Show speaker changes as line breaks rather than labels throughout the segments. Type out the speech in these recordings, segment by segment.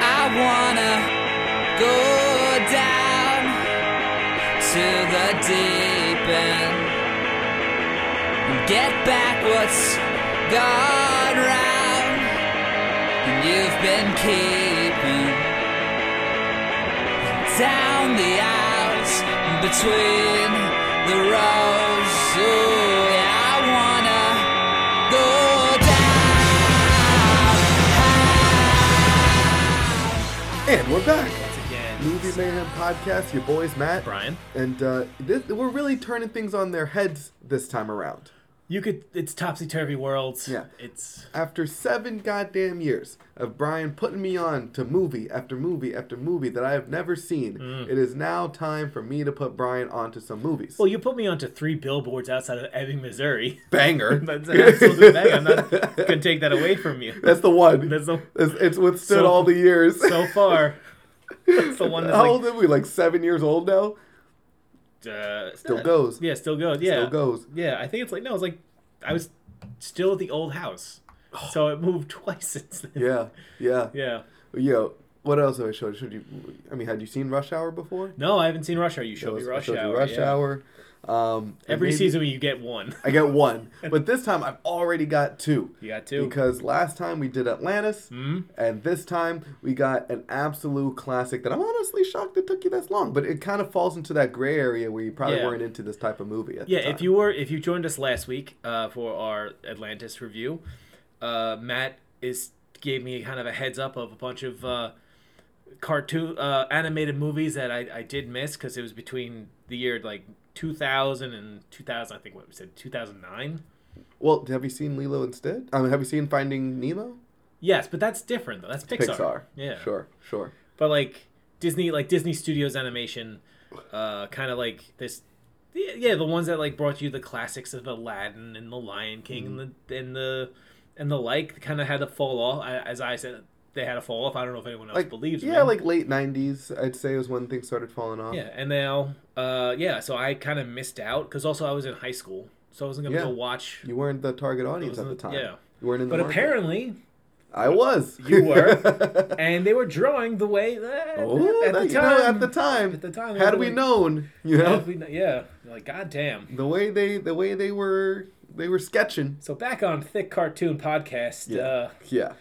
wanna go down to the deep end and get back what's gone round and you've been keeping down the aisles and between the rows. Ooh, yeah, I wanna go down.
And we're back.
Again.
Movie Mayhem Podcast, your boys, Matt.
Brian.
And uh, this, we're really turning things on their heads this time around.
You could. It's topsy turvy worlds.
Yeah.
It's
After seven goddamn years of Brian putting me on to movie after movie after movie that I have never seen,
Mm.
it is now time for me to put Brian onto some movies.
well, you put me onto three billboards outside of Ebbing, Missouri.
Banger.
That's an absolute bang. I'm not gonna take that away from you.
That's the one.
That's the-
it's, it's withstood
So-
all the years.
So far, that's the one that's
How old
like
are we? Like seven years old now?
uh,
Still goes.
Yeah, still goes. Yeah,
Still goes.
Yeah, I think it's like no, it's like I was still at the old house, so it moved twice since then.
Oh. Yeah. Yeah.
Yeah.
Yo, what else have I showed? Should you? I mean, had you seen Rush Hour before?
No, I haven't seen Rush Hour. You showed
I
me
was- I
Rush
showed you
Hour.
Rush
yeah.
Hour. Um, and
Every
maybe-
season you get one.
I get one, but this time I've already got two.
You got two. Mm-hmm.
Because last time we did Atlantis, and this time we got an absolute classic that I'm honestly shocked it took you this long. But it kind of falls into that gray area where you probably
Yeah.
weren't into this type of movie. At
Yeah,
the time.
if you were if you joined us last week uh, for our Atlantis review, uh, Matt is gave me kind of a heads up of a bunch of uh, cartoon uh, animated movies that I, I did miss because it was between the year like 2000 and 2000 I think what we said 2009.
well, have you seen Lilo instead? I mean, have you seen Finding Nemo?
Yes, but that's different though. That's Pixar. Yeah.
Sure. Sure.
But like Disney, like Disney Studios animation, uh, kind of like this. Yeah, the ones that like brought you the classics of Aladdin and The Lion King
Mm-hmm.
and the and the and the like kind of had to fall off. I- As I said, they had a fall off. I don't know if anyone else
Like
believes.
Yeah,
them.
like late '90s, I'd say was when things started falling off.
yeah, and now, uh, yeah. So I kind of missed out because also I was in high school, so I wasn't gonna
Yeah.
go watch.
You weren't the target audience at the
wasn't-
time.
yeah.
You weren't in the
but
market.
apparently,
I was.
You were. and they were drawing the way that
Oh,
at,
that-
the
you know,
time,
at the time,
At the time,
had
I'm
we
like-
known, you know,
Had we kn- yeah, like goddamn.
the way they, the way they were, they were sketching.
So back on Thick Cartoon Podcast, uh,
Yeah.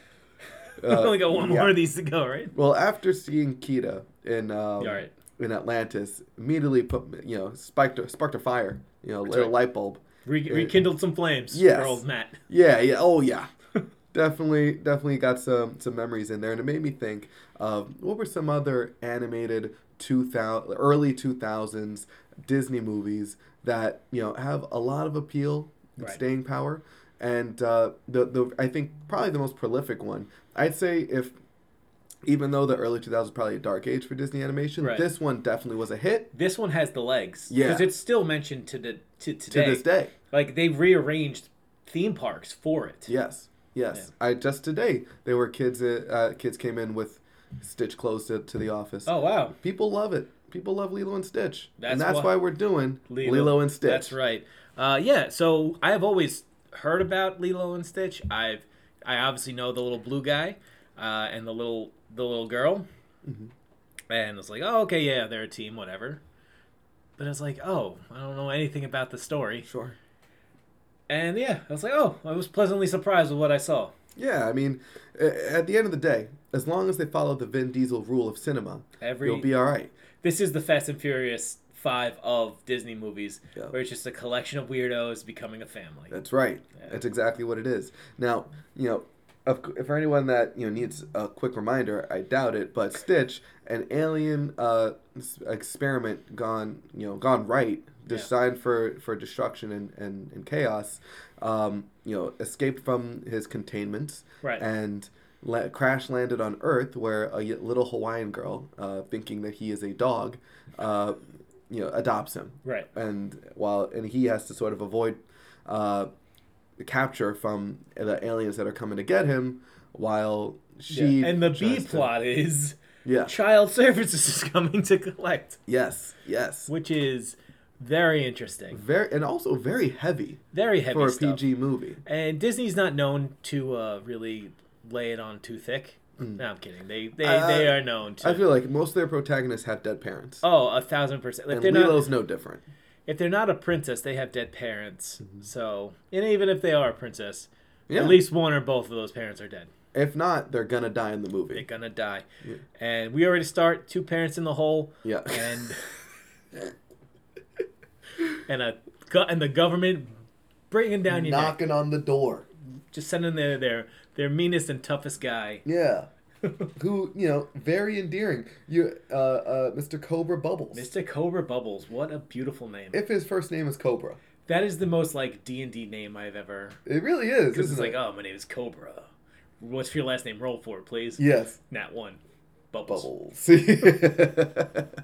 Uh,
we only got one
yeah.
more of these to go, right?
Well, after seeing Kita in um,
Yeah, right.
in Atlantis, immediately put you know spiked a, sparked a fire, you know, lit a
right.
light bulb.
Re- rekindled some flames
Uh, Yes.
for old Matt.
Yeah, yeah, oh yeah. definitely definitely got some some memories in there and it made me think of what were some other animated 2000 early 2000s Disney movies that, you know, have a lot of appeal and
Right.
staying power and uh, the the I think probably the most prolific one. I'd say if even though the early 2000s was probably a dark age for Disney animation,
Right.
this one definitely was a hit
This one has the legs.
Yeah.
Because it's still mentioned to the to
to
today.
this day.
Like they rearranged theme parks for it.
Yes, yes. I just today there were kids. Uh, uh, kids came in with Stitch clothes to, to the office.
Oh wow.
people love it. People love Lilo and Stitch, and
That's
that's
why-
why we're doing Lilo, and Stitch.
That's right. Uh, yeah, so I have always heard about Lilo and Stitch. I've I obviously know the little blue guy uh, and the little the little girl,
Mm-hmm.
and it's like, oh, okay, yeah, they're a team, whatever. But it's like, oh, I don't know anything about the story,
Sure.
and yeah, I was like, oh, I was pleasantly surprised with what I saw.
Yeah, I mean, a- at the end of the day, as long as they follow the Vin Diesel rule of cinema,
Every-
you'll be all right.
This is the Fast and Furious five of Disney movies,
Yeah.
where it's just a collection of weirdos becoming a family.
That's right. That's exactly what it is. Now, you know, of, cou- for anyone that you know needs a quick reminder, I doubt it. But Stitch, an alien uh, s- experiment gone, you know, gone right, designed for for destruction and and, and chaos, um, you know, escaped from his containments,
Right.
and. La- crash landed on Earth, where a y- little Hawaiian girl, uh, thinking that he is a dog, uh, you know, adopts him
Right.
and while and he has to sort of avoid uh, capture from the aliens that are coming to get him, while she
Yeah. And the B
tries to-
plot is
Yeah.
child services is coming to collect,
Yes. Yes.
which is very interesting,
Very and also very heavy
very heavy
for a
stuff.
PG movie.
And Disney's not known to uh, really lay it on too thick. No, I'm kidding. They they,
Hmm. I-
they are known to.
I feel like most of their protagonists have dead parents.
oh, a thousand percent. If
and
they're not
Lilo's no different.
if they're not a princess, they have dead parents. So and even if they are a princess,
Mm-hmm. Yeah.
at least one or both of those parents are dead.
If not, they're gonna die in the
They're
movie.
gonna die. And we already start two parents in the hole.
Yeah.
And and a go- and the government bringing down your neck,
Knocking on the door.
just sending their their their meanest and toughest guy.
Yeah. Who you know, very endearing. You, uh, uh, Mr. Cobra Bubbles.
Mr. Cobra Bubbles, what a beautiful name.
If his first name is Cobra,
That is the most like D and D name I've ever.
it really is.
This
Isn't
is like,
it?
oh, my name is Cobra. What's your last name? Roll for it, please.
yes,
Nat one. Bubbles.
Bubbles.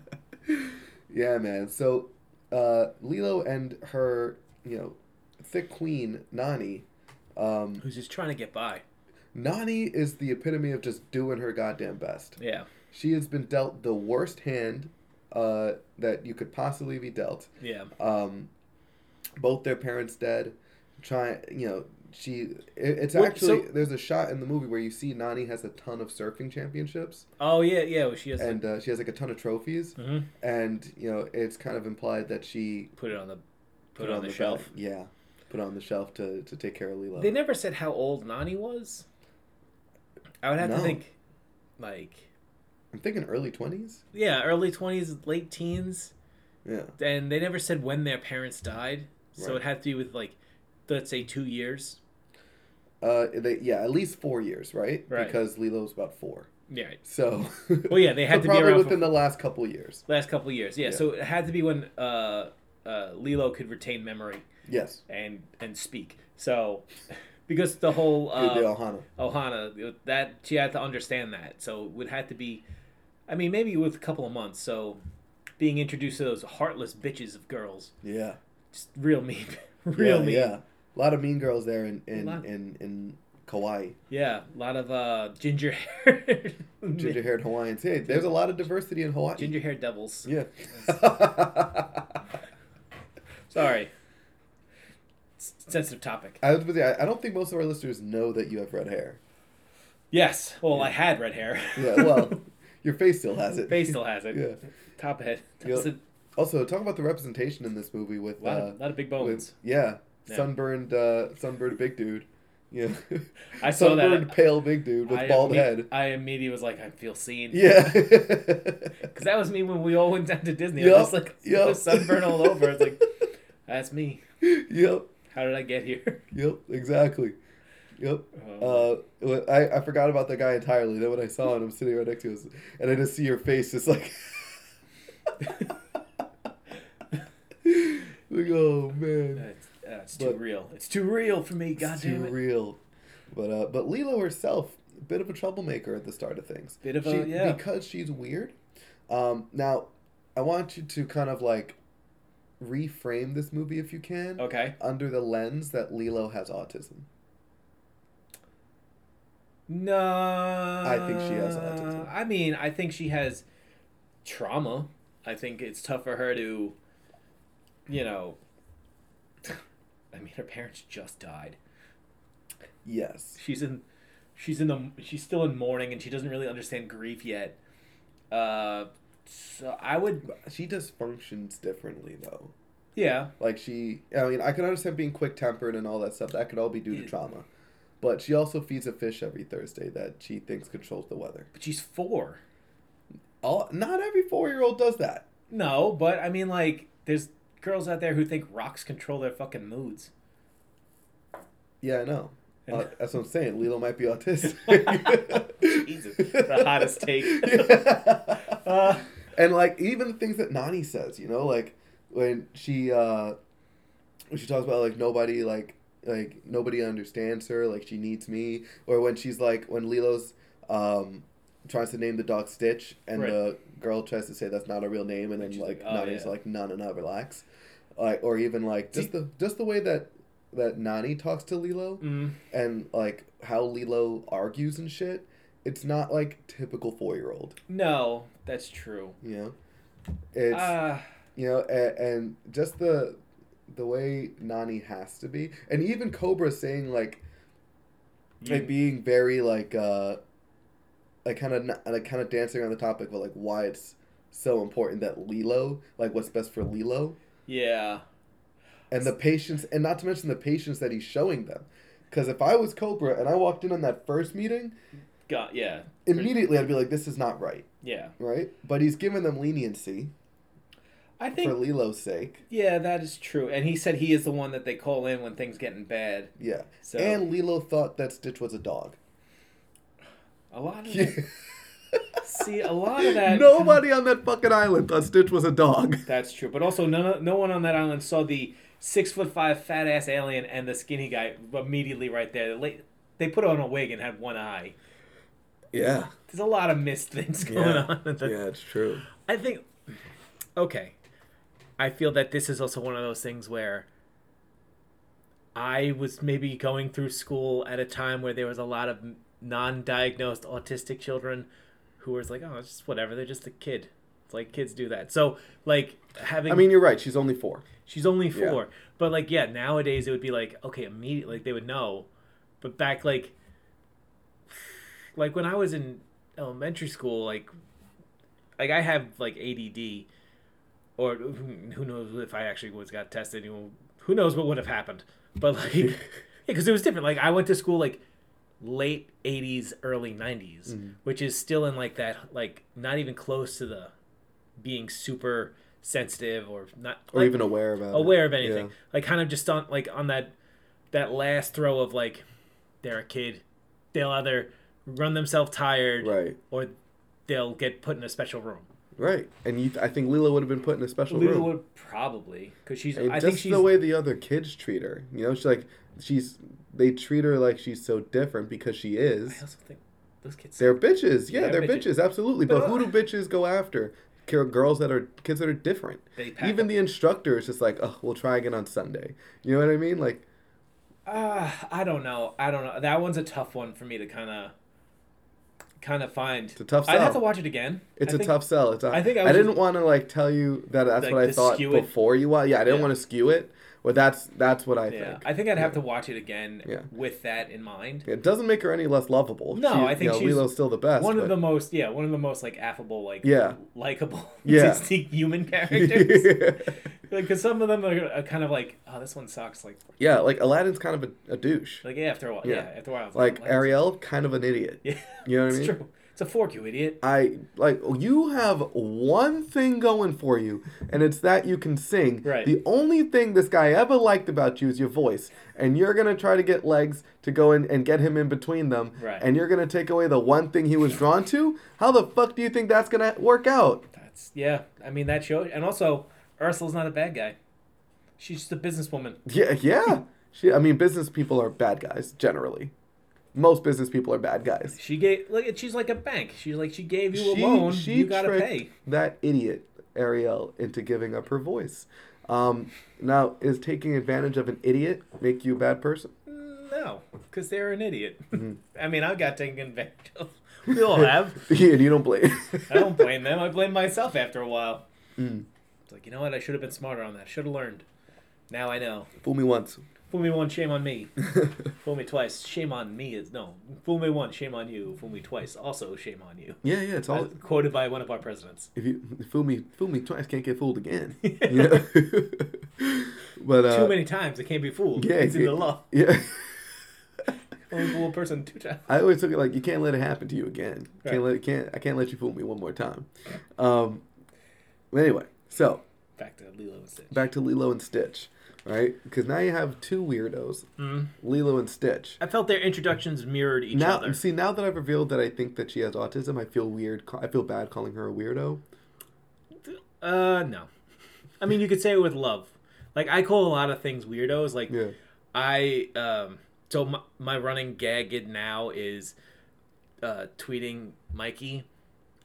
yeah, man. So, uh, Lilo and her, you know, thick queen Nani. Um,
Who's just trying to get by?
Nani is the epitome of just doing her goddamn best.
Yeah.
She has been dealt the worst hand uh, that you could possibly be dealt.
Yeah.
Um, both their parents dead. Trying, you know, she. It, it's
What-
actually
so-
there's a shot in the movie where you see Nani has a ton of surfing championships,
Oh yeah, yeah. well, She has
and uh, she has like a ton of trophies,
to Mhm.
and you know it's kind of implied that she
put it on the put, it on, the, shelf.
back- Yeah, put it on the shelf to to take care of Lilo.
They never said how old Nani was. I would have to
No.
think, like,
I'm thinking early twenties.
yeah, early twenties, late teens,
Yeah,
and they never said when their parents died. So
Right.
it had to be with like, let's say two years.
uh, they yeah at least four years, right?
Right.
Because Lilo was about four.
Yeah.
So
Well, yeah, they had
so
to be
probably
around for-
within the last couple years.
last couple of years. Yeah,
Yeah.
so it had to be when uh, uh, Lilo could retain memory
Yes,
and and speak. So because the whole
the
uh,
Ohana.
Ohana that she had to understand that, so it would have to be. I mean, maybe with a couple of months. So being introduced to those heartless bitches of girls,
Yeah.
just real mean, real
yeah,
mean.
yeah. A lot of mean girls there in in
lot.
in, in Kauai.
Yeah, a lot of uh, ginger hair,
Ginger haired Hawaiians. Hey, there's a lot of diversity in Hawaii.
ginger hair devils.
Yeah.
Sorry, S- sensitive topic.
I was gonna say, I I don't think most of our listeners know that you have red hair.
Yes. Well, I had red hair.
Yeah, well, your face still has it.
Face still has it.
Yeah.
Top head.
Yeah.
That's
Also, talk about the representation in this movie with
a lot,
uh,
of, lot of big
with
bones.
yeah,
Yeah.
sunburned uh, sunburned big dude. Yeah.
I saw that.
sunburned pale big dude with
I
bald
imme-
head.
I immediately was like, I feel seen.
Yeah.
Because that was me when we all went down to Disney. I
Yup,
was just like,
yup.
was sunburn all over. It's like, that's me.
yep.
How did I get here?
Yep, exactly. Yep. Uh,
Oh.
wh- I, I forgot about that guy entirely. Then when I saw him, I'm sitting right next to him, and I just see your face just like, like oh man,
It's, uh, it's too
But-
real. It's too real for me. God
it's
damn
too
it.
real. But uh, but Lilo herself, a bit of a troublemaker at the start of things.
Bit of
She-
a- yeah.
because she's weird. Um, now, I want you to kind of like reframe this movie if you can
Okay.
under the lens that Lilo has autism.
No. I
think she has autism.
I mean, I think she has trauma. I think it's tough for her to, you know. I mean, her parents just died.
Yes.
She's in, she's in the, she's still in mourning, and she doesn't really understand grief yet. Uh, so I would,
She just functions differently though.
yeah,
Like she, I mean, I can understand being quick tempered and all that stuff. That could all be due to
Yeah.
trauma, but she also feeds a fish every Thursday that she thinks controls the weather.
but she's four.
All not every four year old does that.
No, but I mean, like, there's girls out there who think rocks control their fucking moods.
Yeah, I know. Uh, that's what I'm saying. Lilo might be autistic.
Jesus, the hottest take.
Yeah.
Uh,
and like even the things that Nani says, you know, like when she uh when she talks about like nobody like like nobody understands her, like she needs me, or when she's like when Lilo's um tries to name the dog Stitch and
Right.
the girl tries to say that's not a real name and then
And she's
like
like, "Oh,
Nani's
yeah."
like no no no relax. Like or even like just the just the way that that Nani talks to Lilo
mm,
and like how Lilo argues and shit, it's not like typical four year old.
no, that's true.
You know, it's
Ah,
you know, and, and just the the way Nani has to be, and even Cobra saying like
you-
it being very like uh like kind of like kind of dancing around the topic, but like why it's so important that Lilo, like what's best for Lilo,
Yeah.
and the patience, and not to mention the patience that he's showing them. Because if I was Cobra and I walked in on that first meeting,
Got yeah.
immediately I'd be like, "This is not right,"
Yeah.
right? But he's giving them leniency
I
for
think
Lilo's sake.
yeah, that is true. And he said he is the one that they call in when things getting bad.
Yeah,
So
and Lilo thought that Stitch was a dog.
a lot of that, see a lot of that
Nobody on that fucking island thought Stitch was a dog.
That's true. But also, no, no one on that island saw the six foot five fat ass alien and the skinny guy immediately right there. La- They put on a wig and had one eye.
Yeah,
There's a lot of missed things going on. in the-
it's true.
I think, okay, I feel that this is also one of those things where I was maybe going through school at a time where there was a lot of non-diagnosed autistic children who was like, oh, it's just whatever. They're just a kid. It's like kids do that. So like having.
I mean, you're right. She's only four.
She's only
Yeah.
four. But like, yeah, nowadays it would be like, okay, immediately like they would know. But back like like when I was in elementary school, like like I have like ADD or who who knows if I actually was got tested, you know, who knows what would have happened. But like yeah, cuz it was different. Like I went to school like late 80s early 90s
Mm-hmm.
which is still in like that like not even close to the being super sensitive or not
or
like-
even aware about it.
aware of anything.
Yeah.
Like kind of just on like on that that last throw of like they're a kid. They'll either run themselves tired
Right,
or they'll get put in a special room.
right, and you, I think Lila would have been put in a special
Lulu
room.
would probably cuz she's
And
I
just
think she's
the way the other kids treat her. You know, she's like she's they treat her like she's so different because she
I
is.
also think those kids
They're bitches. Yeah,
Yeah,
they're
bitches.
bitches. Absolutely. But
But-
who do bitches go after? Girl- Girls that are kids that are different.
They pack
Even
up.
the instructor is just like, oh, we'll try again on Sunday. You know what I mean? Like,
Uh, I don't know. I don't know. That one's a tough one for me to kind of kind of find. It's
a tough
I'd have
sell.
to watch it again.
It's
a
a tough sell. It's a,
I
I
think
think
I
I,
was-
didn't want to like tell you that that's
Like,
what I
to
thought
skew it.
before you watched. Yeah, I didn't
Yeah.
want to skew it, but that's that's what I
Yeah.
think.
I think I'd have to watch it again
Yeah.
with that in mind.
It doesn't make her any less lovable.
No, I think
you know,
she's
Lilo's still the best.
one of
but-
the most yeah one of the most like affable like
Yeah.
likable
Yeah.
distinct human characters because some of them are, are kind of like oh this one sucks like
yeah, like Aladdin's kind of a, a douche.
like yeah after a while yeah,
Yeah.
after a while it's
Like
"What?"
Ariel, kind of an idiot.
yeah
You know what I
it's
mean?
true it's a fork you idiot
I like you have one thing going for you, and it's that you can sing.
Right.
The only thing this guy ever liked about you is your voice, and you're gonna try to get legs to go in and get him in between them.
Right.
And you're gonna take away the one thing he was drawn to. How the fuck do you think that's gonna work out?
that's yeah I mean that show and also Ursula's not a bad guy she's just a businesswoman
Yeah, yeah. She, I mean, business people are bad guys generally. Most business people are bad guys.
she gave like she's like a bank she's like she gave you
she,
a loan
she
you gotta
tricked
pay
that idiot Ariel into giving up her voice. Um, now, is taking advantage of an idiot make you a bad person?
no because they're an idiot
Mm-hmm.
I mean I got taken advantage of we all have
Yeah, and you don't blame.
I don't blame them. I blame myself after a while.
Mm.
It's like, you know what? I should have been smarter on that. Should have learned. Now I know.
Fool me once.
Fool me once, shame on me. fool me twice, shame on me. Is no. Fool me once, shame on you. Fool me twice, also shame on you.
Yeah, yeah, it's all.
Quoted by one of our presidents.
If you fool me, fool me twice, can't get fooled again. You know? but uh,
Too many times, I can't be fooled.
Yeah,
it's in the
yeah.
law.
Yeah,
Only fool a person two times.
I always took it like you can't let it happen to you again.
Right.
Can't let can't I can't let you fool me one more time. Um, anyway, so
Back to Lilo and Stitch.
back to Lilo and Stitch, right? Because now you have two weirdos, Lilo and Stitch.
I felt their introductions mirrored Mm-hmm. each
Now,
other.
see, now that I've revealed that I think that she has autism, I feel weird. ca- I feel bad calling her a weirdo.
Uh, no. I mean, you could say it with love. Like I call a lot of things weirdos. Like
Yeah.
I um so my, my running gag now is uh tweeting Mikey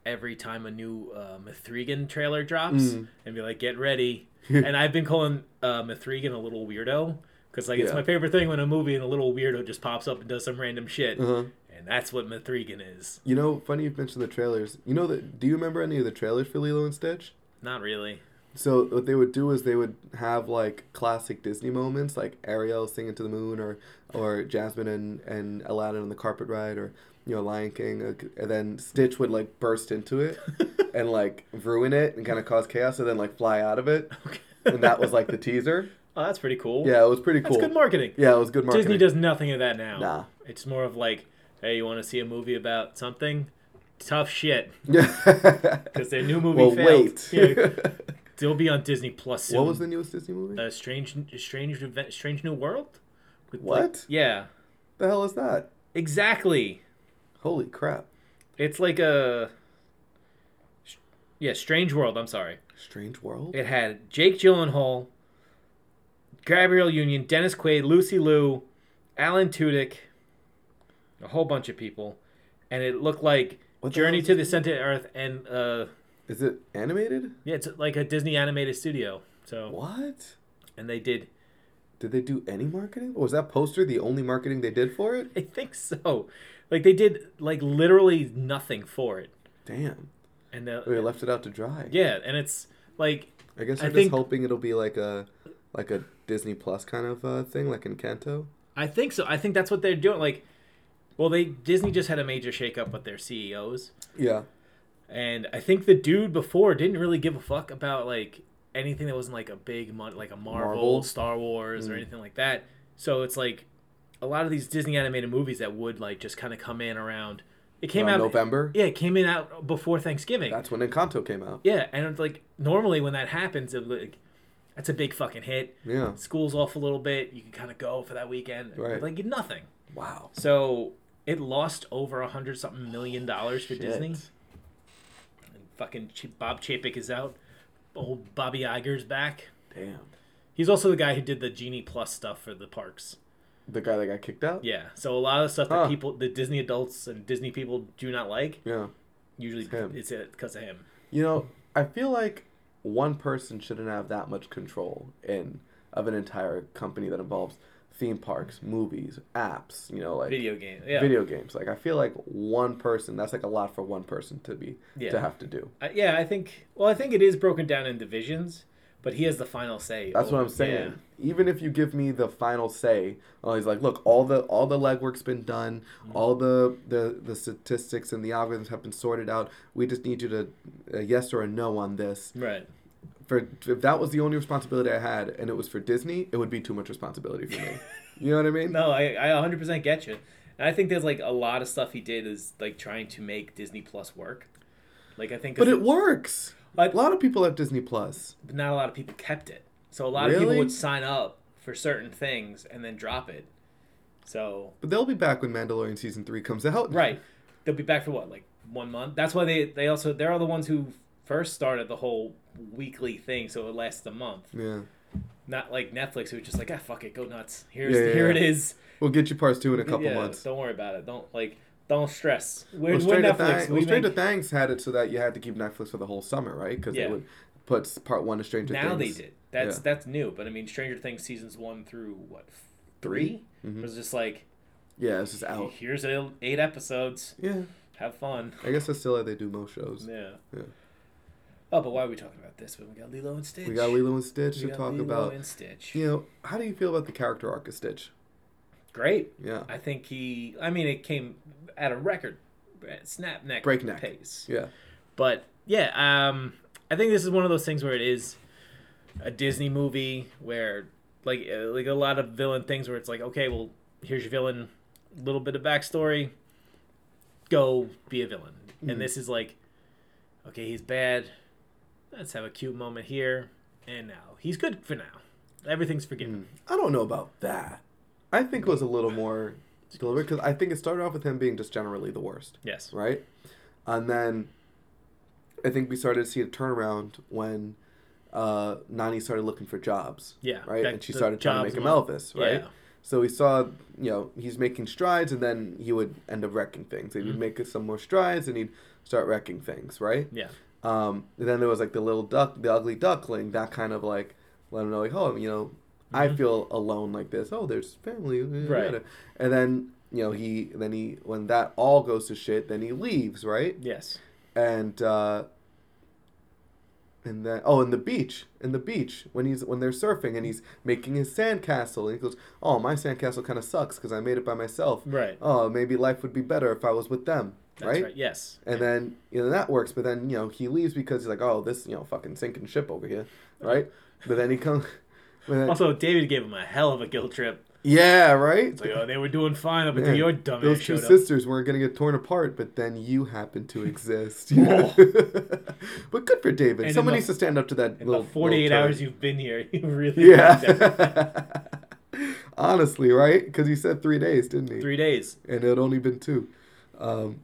every time a new uh, Mithrigan trailer drops
Mm.
and be like get ready. and I've been calling uh Mithrigan a little weirdo cuz like it's
Yeah.
my favorite thing when a movie and a little weirdo just pops up and does some random shit.
Uh-huh.
And that's what Mithrigan is.
You know, funny you mentioned the trailers. You know that? Do you remember any of the trailers for Lilo and Stitch?
Not really.
So what they would do is they would have like classic Disney moments, like Ariel singing to the moon, or or Jasmine and, and Aladdin on the carpet ride, or you know Lion King, uh, and then Stitch would like burst into it and like ruin it and kind of cause chaos, and then like fly out of it. and that was like the teaser.
Oh, that's pretty cool.
Yeah, it was pretty
That's
cool.
good marketing.
yeah, it was good marketing.
Disney does nothing of that now.
Nah.
It's more of like, hey, you want to see a movie about something? Tough shit. Because their new movie
well,
failed.
wait.
Yeah, they'll be on Disney Plus soon.
what was the newest Disney movie?
uh, strange, strange, Reve- strange new world. With
What?
Like, yeah,
the hell is that?
exactly.
Holy crap!
It's like a yeah, strange world. I'm sorry.
Strange World.
It had Jake Gyllenhaal, Gabrielle Union, Dennis Quaid, Lucy Liu, Alan Tudyk, a whole bunch of people, and it looked like
What the hell
Journey
is
to the Center of Earth, and uh,
Is it animated?
yeah, it's like a Disney animated studio. So
What?
and they did,
Did they do any marketing? Was that poster the only marketing they did for it?
I think so, like they did like literally nothing for it,
Damn,
and the,
they left it out to dry.
yeah, and it's like
I guess
I
we're just
think-
hoping it'll be like a like a Disney Plus kind of uh, thing, like Encanto.
I think so. I think that's what they're doing. Like, well, they Disney just had a major shakeup with their E CEOs,
Yeah,
and I think the dude before didn't really give a fuck about like anything that wasn't like a big mon- like a Marvel,
Marvel? Hmm.
Star Wars, or anything like that. So it's like a lot of these Disney animated movies that would like just kind of come in around. It came
Around
out
November?
Yeah, it came in out before Thanksgiving.
that's when Encanto came out.
yeah, and it's like normally when that happens, it, like that's a big fucking hit.
Yeah.
School's off a little bit. You can kind of go for that weekend.
Right.
Like nothing.
Wow.
So it lost over a hundred something million dollars for Disney.
Shit.
And fucking Ch- Bob Chapek is out. Old Bobby Iger's back.
Damn.
He's also the guy who did the Genie Plus stuff for the parks.
The guy that got kicked out.
Yeah. So a lot of the stuff that
Huh.
people, the Disney adults and Disney people do not like,
Yeah.
usually
him.
it's because of him.
You know, I feel like one person shouldn't have that much control in of an entire company that involves theme parks, movies, apps. You know, like
Video game. Yeah.
video games. Like I feel like one person. That's like a lot for one person to be to
Yeah.
have to do.
I, yeah, I think, well, I think it is broken down in divisions, but he has the final say.
That's what I'm
over-
saying.
yeah.
Even if you give me the final say, oh, he's like, look, all the all the legwork's been done,
Mm-hmm.
all the, the the statistics and the algorithms have been sorted out. We just need you to a yes or a no on this.
Right.
For if that was the only responsibility I had, and it was for Disney, it would be too much responsibility for me. you know what I mean?
No, I, I 100% get you. And I think there's like a lot of stuff he did is like trying to make Disney Plus work. Like I think
But it works.
But-
a lot of people have Disney Plus.
not a lot of people kept it. So a lot of
Really?
people would sign up for certain things and then drop it. So,
But they'll be back when Mandalorian season three comes out.
right. They'll be back for what? Like 1 month. That's why they they also they're the ones who first started the whole weekly thing so it lasts a month.
Yeah.
Not like Netflix who was just like, "Ah, fuck it, go nuts. Here's
Yeah, yeah,
here
yeah.
it is."
We'll get you parts two in a couple
yeah,
months.
Don't worry about it. Don't like don't stress. We're,
Well,
we're
Stranger,
Netflix.
Thang-
we
well, Stranger
make-
Things had it so that you had to keep Netflix for the whole summer, right? Because
Yeah.
they would put s- part one of Stranger
now
Things.
they did. That's
Yeah.
that's new. But I mean, Stranger Things seasons one through what 3
Three?
was just like
Yeah, it's just out.
here's a- eight episodes.
Yeah,
Have fun.
I guess that's still how they do most shows.
Yeah.
Yeah.
Oh, but why are we talking about this? When we got Lilo and Stitch.
We got Lilo and Stitch
We
to
got
talk
Lilo
about.
and Stitch.
You know, how do you feel about the character arc of Stitch?
Great.
Yeah,
I think he. I mean, it came at a record snap neck
Breakneck.
pace.
yeah,
But yeah, um, I think this is one of those things where it is a Disney movie where like uh, like a lot of villain things where it's like okay, well here's your villain, little bit of backstory, go be a villain, and this is like okay, he's bad. Let's have a cute moment here, and now he's good for now. Everything's forgiven.
I don't know about that. I think it was a little more deliberate because I think it started off with him being just generally the worst.
Yes.
right? And then I think we started to see a turnaround when uh, Nani started looking for jobs.
Yeah,
Right?
that-
and she
the
started trying to
jobs
make him
one.
Elvis, right?
Yeah.
So we saw, you know, he's making strides and then he would end up wrecking things.
Mm-hmm.
He'd make some more strides and he'd start wrecking things, right?
Yeah.
Um, and then there was like the little duck, the ugly duckling, that kind of like let them know like, oh, you know, I feel alone like this. Oh, there's family,
Mm-hmm. Right.
And then you know he, then he, when that all goes to shit, then he leaves, right?
Yes.
And uh, And then oh, and the beach, and the beach when he's when they're surfing and he's making his sandcastle and he goes, oh, my sandcastle kind of sucks because I made it by myself.
Right.
Oh, maybe life would be better if I was with them.
That's right. Yes.
And then you know that works, but then you know he leaves because he's like, oh, this you know fucking sinking ship over here, right? But then he comes. but then-
Also, David gave him a hell of a guilt trip.
yeah, right.
It's like, oh, they were doing fine up
Yeah.
until your dumb ass
Those two
showed up.
sisters weren't gonna get torn apart, but then you happened to exist. you know? but good for David.
And in
Someone
the-
needs to stand up to that
In
little
the 48
little
hours
turd.
you've been here, you really yeah.
Yeah. Honestly, right? Because he said three days, didn't he?
three days.
and it had only been two. Um,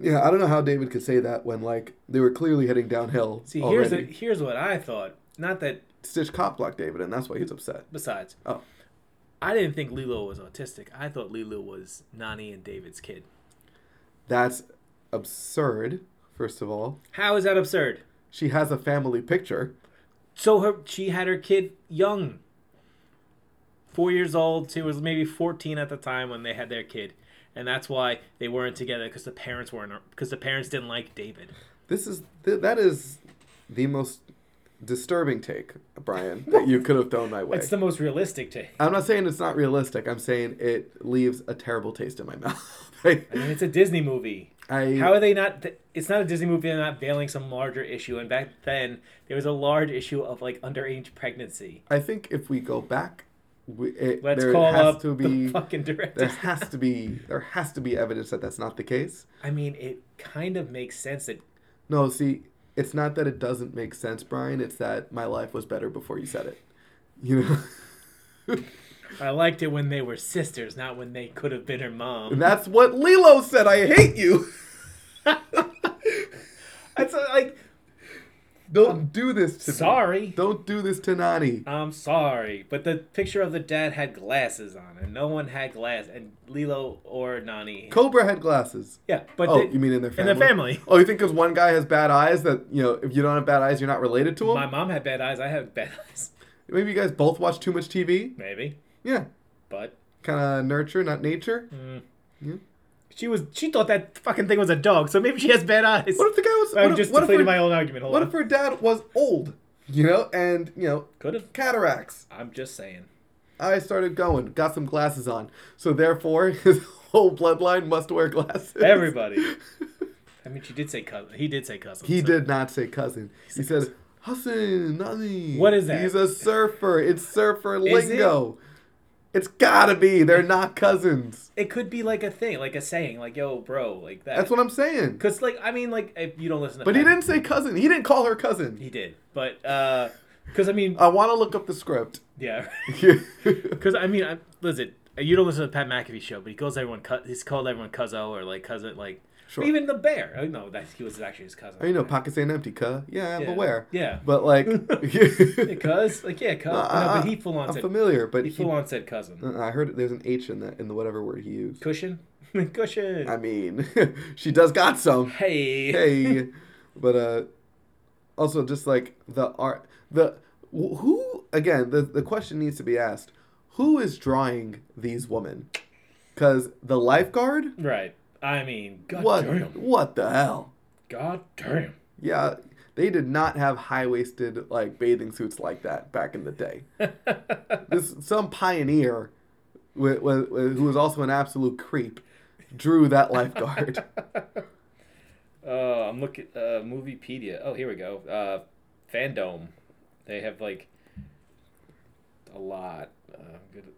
yeah, I don't know how David could say that when like they were clearly heading downhill
See, here's
already.
the, here's what I thought. Not that
Stitch cop blocked David, and that's why he's upset.
besides.
Oh.
I didn't think Lilo was autistic. I thought Lilo was Nani and David's kid.
That's absurd. First of all,
How is that absurd?
she has a family picture.
So her she had her kid young. Four years old. She was maybe fourteen at the time when they had their kid, and that's why they weren't together because the parents weren't because the parents didn't like David.
This is th- that is the most disturbing take, Brian, that you could have thrown my way.
It's the most realistic to.
I'm not saying it's not realistic. I'm saying it leaves a terrible taste in my mouth.
I mean, it's a Disney movie.
I-
How are they not? th- It's not a Disney movie. They're not veiling some larger issue. And back then, there was a large issue of like underage pregnancy.
I think if we go back, we, it,
Let's
there
call
has
up
to
the
be
fucking
there
director.
has to be there has to be evidence that that's not the case.
I mean, it kind of makes sense that
No, see, it's not that it doesn't make sense, Brian. It's that my life was better before you said it. You know,
I liked it when they were sisters, not when they could have been her mom.
and that's what Lilo said. I hate you.
That's uh, like
Don't do this to me.
sorry.
Don't do this to Nani.
I'm sorry, but the picture of the dad had glasses on, and no one had glass, and Lilo or Nani.
Cobra had glasses.
Yeah, but
Oh,
they-
you mean in their
in
family?
their family.
Oh, you think because one guy has bad eyes that you know if you don't have bad eyes you're not related to him?
my mom had bad eyes. I have bad eyes,
Maybe you guys both watch too much TV.
maybe,
Yeah,
but
kind of nurture, not nature.
Mm. she was she thought that fucking thing was a dog, so maybe she has bad eyes.
What if the guy was?
I'm
what
Uh, just
if, what if
deflating
her-
my own argument. Hold
What
on.
if her dad was old? You know, and you know,
Could have.
cataracts.
I'm just saying.
I started going, got some glasses on, so therefore his whole bloodline must wear glasses.
Everybody. I mean, she did say cousin. He did say cousin.
He
so-
did not say cousin. He said Hassan Nani.
What is that?
He's a surfer. It's surfer
Is it?
lingo. It's gotta be. They're not cousins.
It could be like a thing, like a saying, like "Yo, bro," like that.
That's what I'm saying.
Because, like, I mean, like, if you don't listen to.
But he
Fat-
didn't say cousin. He didn't call her cousin.
He did, but uh, because I mean,
I want to look up the script.
yeah, because I mean, I, listen, you don't listen to the Pat McAfee show, but he calls everyone, cu- he's called everyone Cuzzo or like cousin, like
Sure.
even the bear. Oh no, that he was actually his cousin.
you know, pockets ain't empty, cuh. Yeah, I'm
Yeah.
aware.
Yeah.
But like,
Cuz, like yeah, cuz.
Uh,
no,
uh,
but he full on
I'm
said,
familiar, but
he
he,
full on said cousin.
uh, I heard there's an H in that in the whatever word he used.
Cushion, cushion.
I mean, she does got some.
hey,
Hey, but uh, also just like the art, the wh- who again the the question needs to be asked: Who is drawing these women? Because the lifeguard,
right. I mean, god
what
damn,
what the hell?
god damn.
Yeah, they did not have high waisted like bathing suits like that back in the day. this some pioneer, wi- wi- wi- who was also an absolute creep, drew that lifeguard.
Uh, I'm looking uh Moviepedia. Oh, here we go. Uh, Fandom. They have like a lot. Uh, I'm gonna,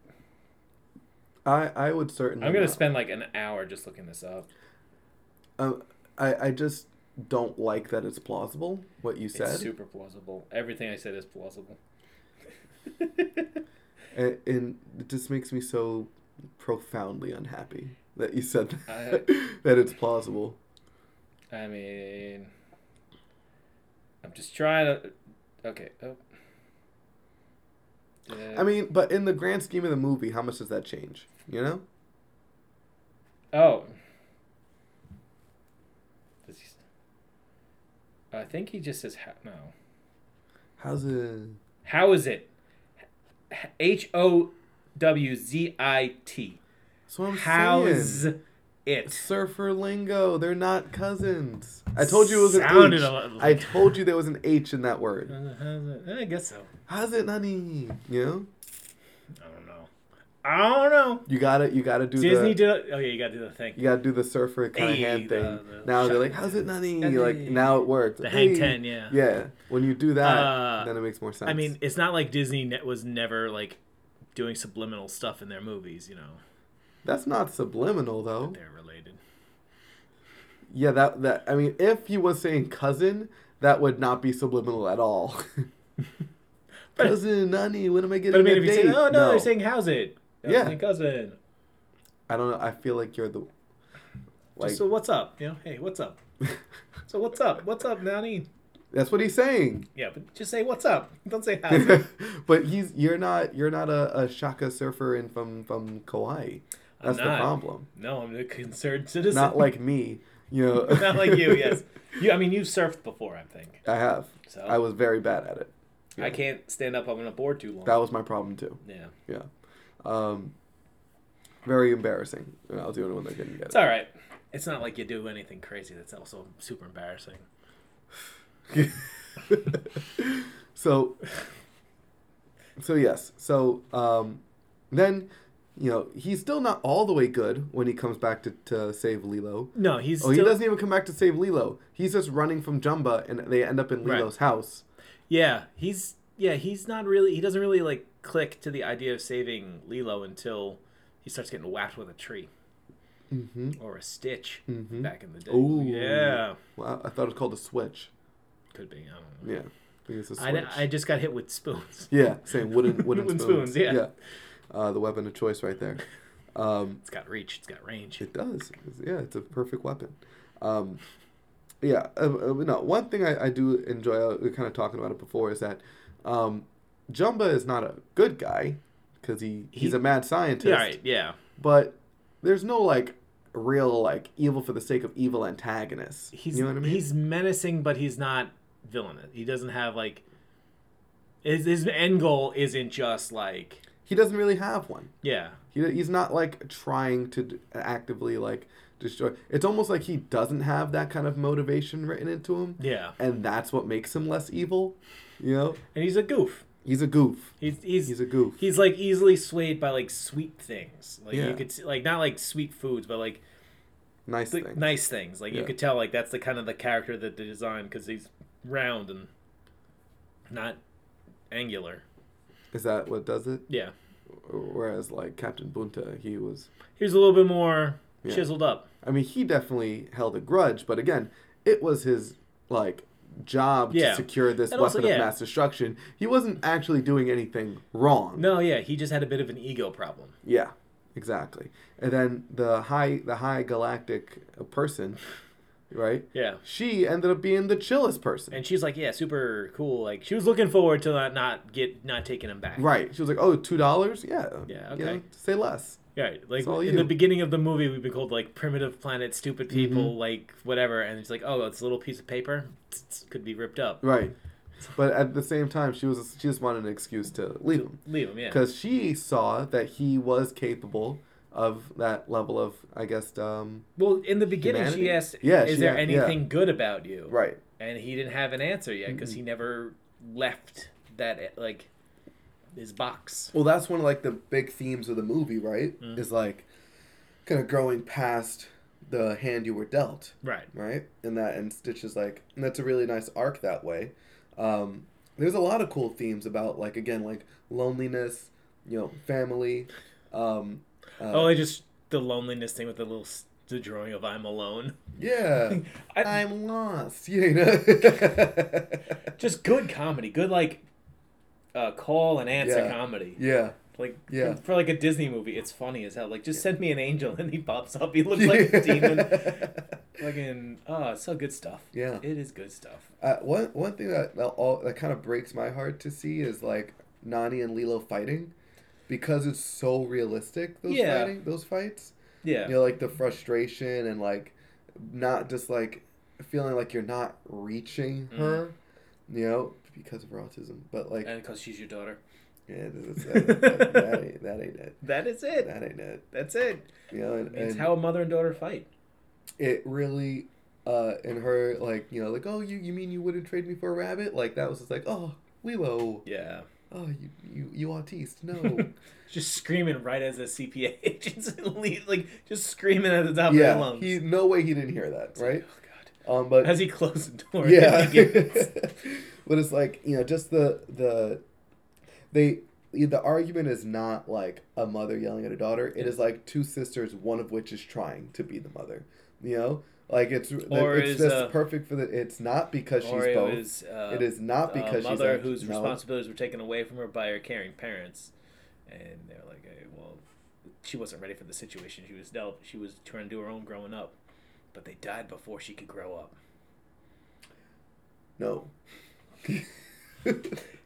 I I would certainly.
I'm gonna
not.
spend like an hour just looking this up.
Um, I I just don't like that it's plausible what you
It's
said.
super plausible. Everything I said is plausible.
and, and it just makes me so profoundly unhappy that you said that, that it's plausible.
I mean, I'm just trying to. Okay. Oh.
I mean, but in the grand scheme of the movie, how much does that change? You know.
Oh. Does he, I think he just says how, no.
How's it?
How is it? H O W Z I T.
That's what I'm saying.
How's it.
Surfer lingo. They're not cousins. I told you it was an
Sounded
H.
a lot like- Uh-huh.
I told you there was an H in that word.
Eh, I guess so.
How's it, honey? You know,
I don't know. I don't know.
you gotta you gotta do the,
Disney did. A, oh yeah, you gotta do the thing.
you gotta do the surfer kind
Hey,
of hand
the-
thing.
the-
now they're like,
shut-
how's it, honey?
Hey.
Like now it works.
The hang ten, yeah.
Yeah, when you do that,
Uh,
then it makes more sense.
I mean, it's not like Disney net was never like doing subliminal stuff in their movies. You know,
that's not subliminal though.
they're related.
Yeah, that that I mean, if he was saying cousin, that would not be subliminal at all. cousin, honey, when am I getting
But I mean,
a
if you
date?
say, "Oh no," they're saying, "How's it?" That was
Yeah.
my cousin.
I don't know. I feel like you're the like.
Just so what's up? You know, hey, what's up? So what's up? What's up, Nani?
that's what he's saying.
Yeah, but just say what's up. Don't say how's it.
but he's you're not you're not a, a shaka surfer in from from Kauai.
I'm
That's the
not.
problem.
No, I'm a concerned citizen.
Not like me. You know.
not like you. Yes, you. I mean, you've surfed before. I think
I have.
so.
I was very bad at it.
I can't stand up on a board too long.
That was my problem too.
yeah,
Yeah. Um. Very embarrassing. And I was the only one that couldn't get
it's all right. It's not like you do anything crazy. That's also super embarrassing.
it. so. So yes. So um, then, you know, he's still not all the way good when he comes back to to save Lilo.
No, he's.
Oh, he
still,
doesn't even come back to save Lilo. He's just running from Jumba, and they end up in
Right.
Lilo's house.
Yeah, he's yeah, he's not really he doesn't really like click to the idea of saving Lilo until he starts getting whacked with a tree
Mm-hmm.
or a stitch
Mhm.
back in the day.
Ooh.
Yeah,
Wow, I thought it was called a switch.
could be. I
Yeah, I think it's a
don't
switch.
know. I, I just got hit with spoons.
Yeah, same wooden wooden,
Wooden
spoons.
spoons, yeah.
Uh, the weapon of choice right there. Um,
It's got reach. It's got range.
it does. It's- yeah, it's a perfect weapon. Um, yeah, uh, uh, no. One thing I, I do enjoy. Uh, we were kind of talking about it before is that um, Jumba is not a good guy because he, he's
He-
a mad scientist.
Yeah, all right, yeah.
but there's no like real like evil for the sake of evil antagonist.
He's
you know what I mean?
he's menacing, but he's not villainous. He doesn't have like his, his end goal isn't just like
he doesn't really have one.
yeah.
He, he's not like trying to d- actively like destroy. It's almost like he doesn't have that kind of motivation written into him,
Yeah.
and that's what makes him less evil. You know,
And he's a goof.
he's a goof.
He's he's
He's a goof.
He's like easily swayed by like sweet things. Like
Yeah.
you could s- like not like sweet foods, but like
nice
th-
thing.
nice things. Like
Yeah.
you could tell like that's the kind of the character that they designed because he's round and not angular.
Is that what does it?
Yeah,
Whereas like Captain Bunta, he was.
he was a little bit more
Yeah.
chiseled up.
I mean, he definitely held a grudge, but again, it was his like job
Yeah.
to secure this
And
weapon
also,
of
yeah.
mass destruction. He wasn't actually doing anything wrong.
No, yeah, he just had a bit of an ego problem.
Yeah, exactly. And then the high the high galactic uh, person, right?
Yeah,
She ended up being the chillest person.
and she's like, yeah, super cool. Like she was looking forward to not, not get not taking him back.
right. She was like, "Oh, two dollars? Yeah.
Yeah,
You know,
okay.
say less.
Yeah, like
all
in
you. Mm-hmm.
the beginning of the movie, we've been called like primitive planet, stupid people, like whatever, and it's like, oh, it's a little piece of paper, Tsk, tsk, could be ripped up.
Right. But at the same time, she was she just wanted an excuse to leave him
Leave him, yeah.
because she saw that he was capable of that level of, I guess, um,
Well, in the beginning,
Humanity?
she asked,
Yeah,
"Is
she
there
a- yeah.
anything good about you?"
right.
and he didn't have an answer yet because he never left that like his box.
Well, that's one of like the big themes of the movie, right? Is like kind of growing past the hand you were dealt.
Right.
right? And that and Stitch is like and that's a really nice arc that way. Um, there's a lot of cool themes about like again like loneliness, you know, family. Um, uh,
oh, I just the loneliness thing with the little s- the drawing of "I'm alone."
yeah,
I-
I'm lost. You know,
Just good comedy, good like uh, call and answer
Yeah.
comedy.
yeah.
Like
Yeah.
for like a Disney movie, it's funny as hell. Like just send me an angel and he pops up. He looks like a demon. Fucking oh, it's so good stuff.
Yeah.
it is good stuff.
Uh, one one thing that that, all, that kind of breaks my heart to see is like Nani and Lilo fighting, because it's so realistic. Those
Yeah.
fighting, those fights.
Yeah,
you know like the frustration and like not just like feeling like you're not
Mm.
reaching her you know because of her autism but like
and because she's your daughter.
Yeah, that's, that, that, that ain't, that ain't it.
That is it.
That ain't it.
That's it.
You know, and,
It's
and
how a mother and daughter fight.
it really, uh, and her like you know like oh you you mean you wouldn't trade me for a rabbit like that was just like oh Willow
Yeah.
oh you you you autiste no
Just screaming right as a CPA agent's lead, like just screaming at the top of his
yeah
lungs.
he no way he didn't hear that right
Oh god.
um but
As he closed the door.
yeah
he gets-
but it's like you know just the the they the argument is not like a mother yelling at a daughter it is like two sisters one of which is trying to be the mother you know like it's
Or
it's
is,
just
uh,
perfect for the it's not because she's
or it
both
was uh,
it is not because
a
she's
mother
act-
whose
no.
responsibilities were taken away from her by her caring parents, and they're like, hey, well, she wasn't ready for the situation she was dealt. She was trying to do her own growing up, but they died before she could grow up.
no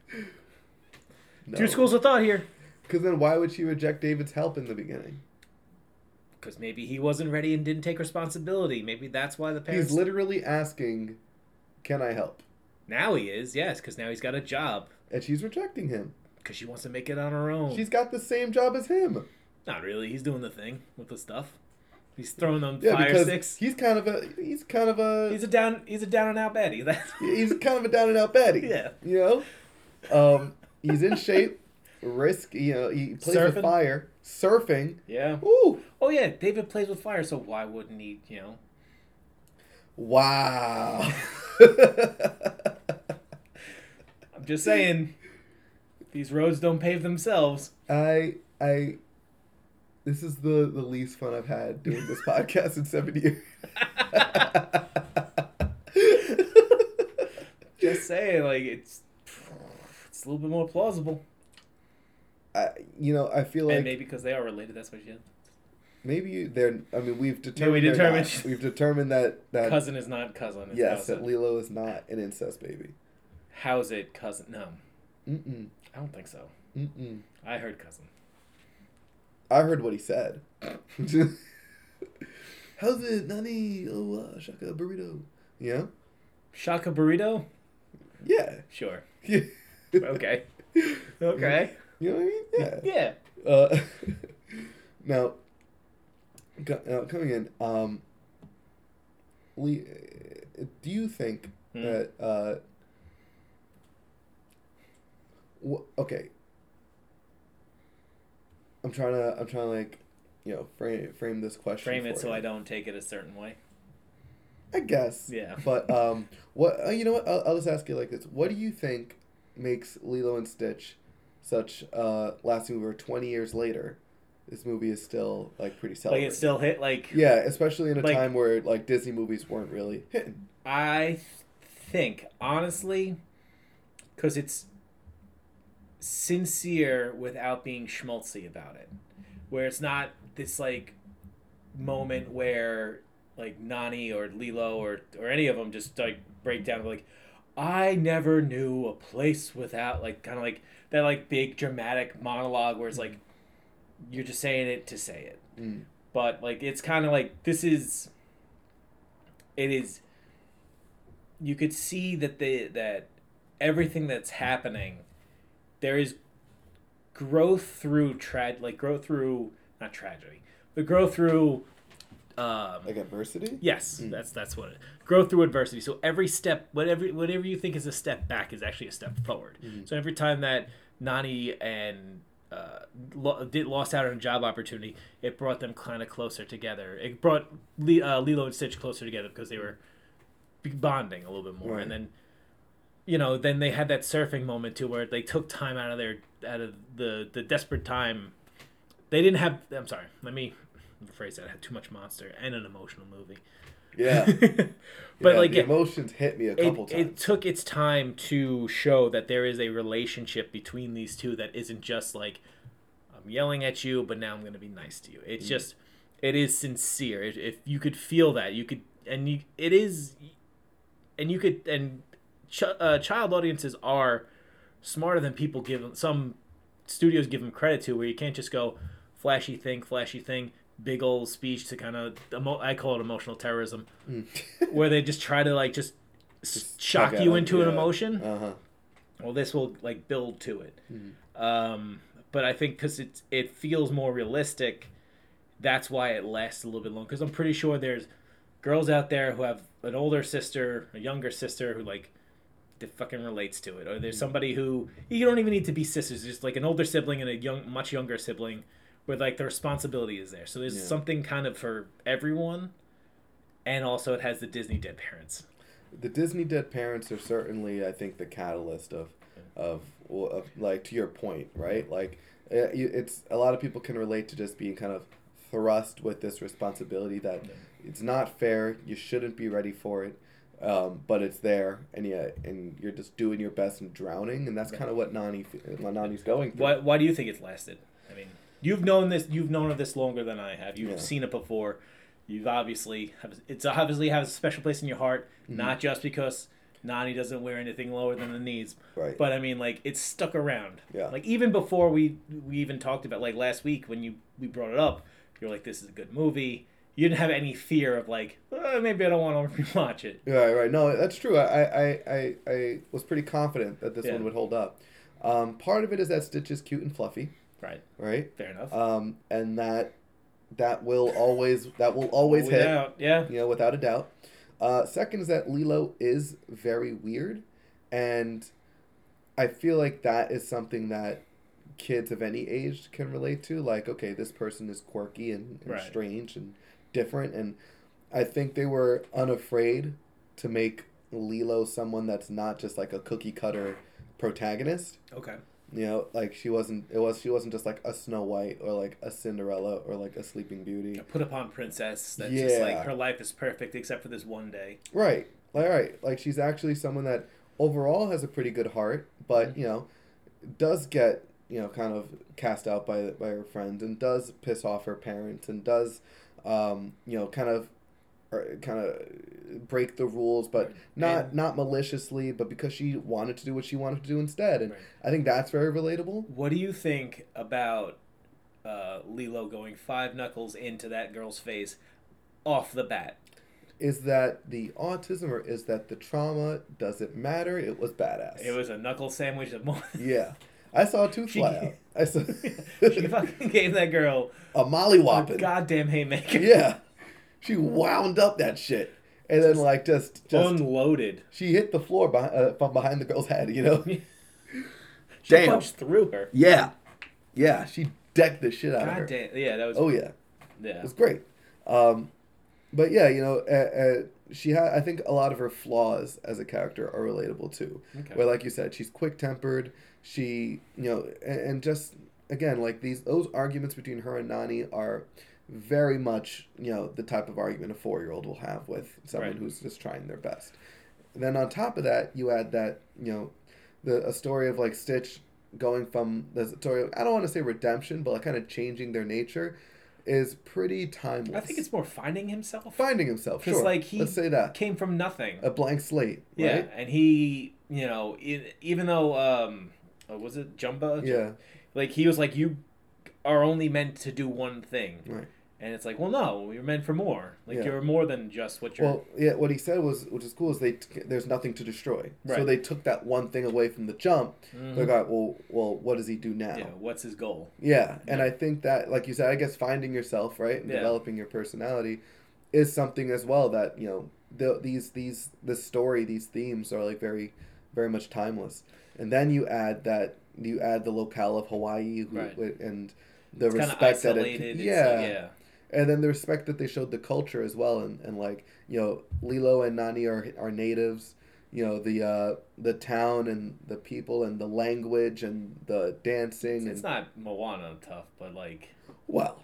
Two schools of thought here,
because then why would she reject david's help in the beginning
because maybe he wasn't ready and didn't take responsibility. Maybe that's why the parents.
he's literally asking can i help
now he is, yes, because now he's got a job,
and she's rejecting him
because she wants to make it on her own.
she's got the same job as him
Not really. He's doing the thing with the stuff. He's throwing them
Yeah,
fire
because
sticks.
he's kind of a he's kind of a
He's a down. He's a down and out baddie. That's
he's kind of a down and out baddie.
Yeah.
you know, um, he's in shape. Risk, you know, he plays
Surfing.
with fire, surfing.
yeah.
Ooh,
Oh yeah, David plays with fire, so why wouldn't he? You know,
wow.
I'm just saying, these roads don't pave themselves.
I I. This is the the least fun I've had doing this podcast in seven years.
Just saying, like it's it's a little bit more plausible,
I, you know, I feel like
and maybe because they are related, that's why she
Maybe you, they're. I mean, we've determined.
we
they're
determined-
not. We've determined that that
cousin is not cousin. It's
Uh, yes,
how's
that
it,
Lilo is not an incest baby.
how's it cousin? No,
Mm-mm,
I don't think so.
mm-mm.
I heard cousin.
I heard what he said. How's it, Nani? Oh, uh, shaka burrito. Yeah,
Shaka burrito?
yeah,
Sure.
you
Okay. okay.
know what I mean? Yeah.
Yeah.
Uh, now, co- now, coming in, um, Lee, uh, do you think
Hmm.
that, uh, wh- okay, I'm trying to, I'm trying to like, you know, frame frame this question.
Frame it
for
so
you.
I don't take it a certain way.
I guess.
Yeah.
But um, what uh, you know what? I'll, I'll just ask you like this: What do you think makes Lilo and Stitch such uh lasting over twenty years later? This movie is still like pretty
Like
celebrated.
it still hit. Like
yeah, especially in a
Like-
time where like Disney movies weren't really hitting.
I think honestly, because it's sincere without being schmaltzy about it, where it's not this like moment where like Nani or Lilo or or any of them just like break down like I never knew a place without like kind of like that like big dramatic monologue where it's like you're just saying it to say it
Mm.
but like it's kind of like this is it is you could see that the that everything that's happening there is growth through trad like growth through not tragedy but growth through um
Like adversity. Hmm.
yes that's that's what it growth through adversity so every step whatever whatever you think is a step back is actually a step forward
Hmm.
so every time that nani and uh, lo- did lost out on a job opportunity. It brought them kind of closer together. It brought Le- uh, Lilo and Stitch closer together because they were be- bonding a little bit more.
Right.
And then, you know, then they had that surfing moment too, where they took time out of their out of the the desperate time. They didn't have. I'm sorry. Let me rephrase that. I had too much monster and an emotional movie.
Yeah,
But
Yeah,
like
the
yeah,
emotions hit me a couple
it,
times.
it took its time to show that there is a relationship between these two that isn't just like I'm yelling at you, but now I'm going to be nice to you.
Mm.
It's just it is sincere. If, if you could feel that, you could and you it is and you could and ch- uh, child audiences are smarter than people give them some studios give them credit to where you can't just go flashy thing flashy thing big old speech to kind of emo- i call it emotional terrorism where they just try to like just, s shock
tug at
you
it,
into an
yeah.
emotion
uh huh.
well, this will like build to it. Um, but I think because it's it feels more realistic, that's why it lasts a little bit longer. Because I'm pretty sure there's girls out there who have an older sister, a younger sister who like that fucking relates to it, or there's somebody who you don't even need to be sisters, just like an older sibling and a young, much younger sibling, where like the responsibility is there. So there's
Yeah.
something kind of for everyone, and also it has the Disney dead parents.
the Disney dead parents are certainly, I think, the catalyst of, of, well, of like to your point, right? Like, uh, you- it's a lot of people can relate to just being kind of thrust with this responsibility that it's not fair. You shouldn't be ready for it, um, but it's there, and yeah, and you're just doing your best and drowning, and that's kind of what Nani, fe- what Nani's going through.
Why, why do you think it's lasted? I mean, you've known this. You've known of this longer than I have. You've
Yeah.
seen it before. You've obviously have, it's obviously has a special place in your heart,
Mm-hmm.
not just because Nani doesn't wear anything lower than the knees,
Right.
But I mean, like it's stuck around.
Yeah.
Like even before we we even talked about like last week when you we brought it up, you're like, this is a good movie. You didn't have any fear of like, "Uh, maybe I don't want to rewatch it.
Yeah, right. No, that's true. I, I, I, I was pretty confident that this
Yeah.
one would hold up. Um, part of it is that Stitch is cute and fluffy,
Right.
right?
Fair enough.
um, and that that will always that will always hit,
Without- Yeah.
you know, without a doubt. Uh, second is that Lilo is very weird, and I feel like that is something that kids of any age can relate to. Like, okay, this person is quirky and, and
Right.
strange and different, and I think they were unafraid to make Lilo someone that's not just like a cookie cutter protagonist
Okay.
you know like she wasn't it was she wasn't just like a snow white or like a cinderella or like a sleeping beauty
a put upon princess that's just
Yeah.
like her life is perfect except for this one day.
right like right like she's actually someone that overall has a pretty good heart
Mm-hmm.
but you know does get you know kind of cast out by by her friends and does piss off her parents and does um you know kind of or kind of break the rules but not
And-
not maliciously but because she wanted to do what she wanted to do instead and
Right.
i think that's very relatable
What do you think about uh, Lilo going five knuckles into that girl's face off the bat?
is that the autism or is that the trauma? Does it matter? It was badass.
It was a knuckle sandwich of more.
Yeah, I saw two
She-
fly out. I saw
she Oh fucking gave that girl
a molly
a
whopping.
goddamn haymaker.
Yeah, she wound up that shit, and then like just just
Unloaded.
she hit the floor behind, uh, from behind the girl's head. You know.
She
Damn.
punched through her.
Yeah, yeah. She decked the shit out of her.
God damn. Yeah, that was.
Oh yeah.
yeah.
It was great. Um, but yeah, you know, uh, uh, she had. I think a lot of her flaws as a character are relatable too.
Okay.
Where, like you said, she's quick tempered. She, you know, and, and just again, like these those arguments between her and Nani are very much, you know, the type of argument a four year old will have with someone
Right.
who's just trying their best. Then on top of that, you add that, you know, the a story of like Stitch going from the story of, I don't want to say redemption, but like kind of changing their nature is pretty timeless.
I think it's more finding himself.
finding himself.
Because
Sure.
like he
Let's say that
came from nothing.
a blank slate,
Yeah,
Uh, right?
and he, you know, e- even though um, uh, was it Jumba?
Yeah.
like he was like, you are only meant to do one thing,
Right.
and it's like, well, no, you're meant for more. Like
Yeah.
you're more than just what you're.
Well, yeah. What he said was, which is cool, is they t- there's nothing to destroy. So
Right. Mm-hmm.
they took that one thing away from the jump. They're like, "All right, well, well, what does he do now?
you know,
Yeah.
what's his goal?
And I think that, like you said, I guess finding yourself, right, and
Yeah.
developing your personality, is something as well that you know the, these these this story, these themes are like very, very much timeless. And then you add that you add the locale of Hawaii who,
Right.
and the
It's kind of
respect that
isolated.
it,
it's,
yeah,
like, yeah.
and then the respect that they showed the culture as well and, and like you know lilo and nani are, are natives you know the uh, the town and the people and the language and the dancing and
It's not Moana tough, but like,
well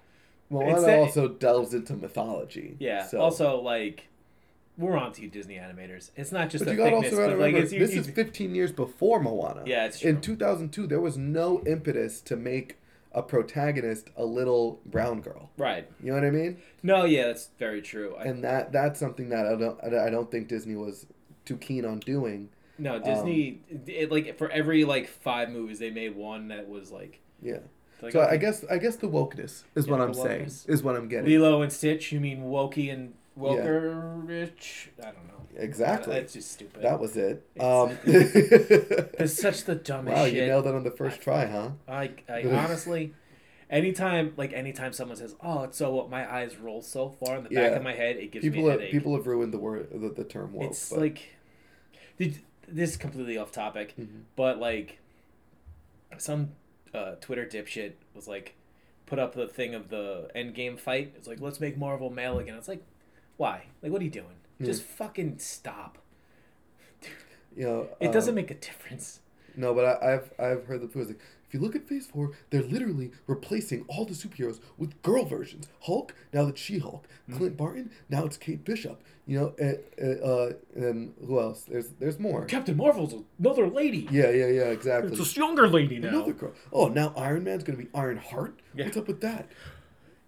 Moana
It's that-
also delves into mythology.
yeah.
So.
Also, like, we're on to you, Disney animators. It's not just
but you
the
got
thickness,
also got to
but like,
remember
it's you,
this
you-
is 15 years before Moana.
Yeah, it's
In
true.
2002, there was no impetus to make a protagonist a little brown girl.
right.
You know what I mean?
No, yeah, that's very true. I,
and that that's something that I don't I don't think Disney was too keen on doing.
No, Disney.
um,
it, like for every like five movies, they made one that was like.
Yeah.
like
so I
okay,
guess I guess the wokeness is
Yeah,
what
the
I'm saying
wokeness.
is what I'm getting.
Lilo and Stitch. You mean Wokey and Wilkerich. I don't know.
Exactly.
That's just stupid.
That was it. Um,
It's such the dumbest
wow,
shit.
you nailed that on the first try, huh?
I, I honestly, anytime like anytime someone says, "Oh, it's so woke," my eyes roll so far in the
Yeah.
back of my head, it gives
People
me a
have,
headache.
people have ruined the word the, the term woke.
it's
but-
like, did, this is completely off topic,
Mm-hmm.
but like, some uh, Twitter dipshit was like, put up the thing of the Endgame fight. It's like, let's make Marvel male again. It's like, why? Like, what are you doing?
Mm-hmm.
Just fucking stop.
you know,
It
uh,
doesn't make a difference.
No, but I, I've I've heard the people like if you look at Phase Four, they're literally replacing all the superheroes with girl versions. Hulk now it's She Hulk.
Hmm.
Clint Barton now it's Kate Bishop. You know, and, uh, uh, and who else? There's there's more.
Captain Marvel's another lady.
Yeah, yeah, yeah, exactly.
It's a younger lady now.
Another girl. Oh, now Iron Man's gonna be Iron Heart.
Yeah.
What's up with that?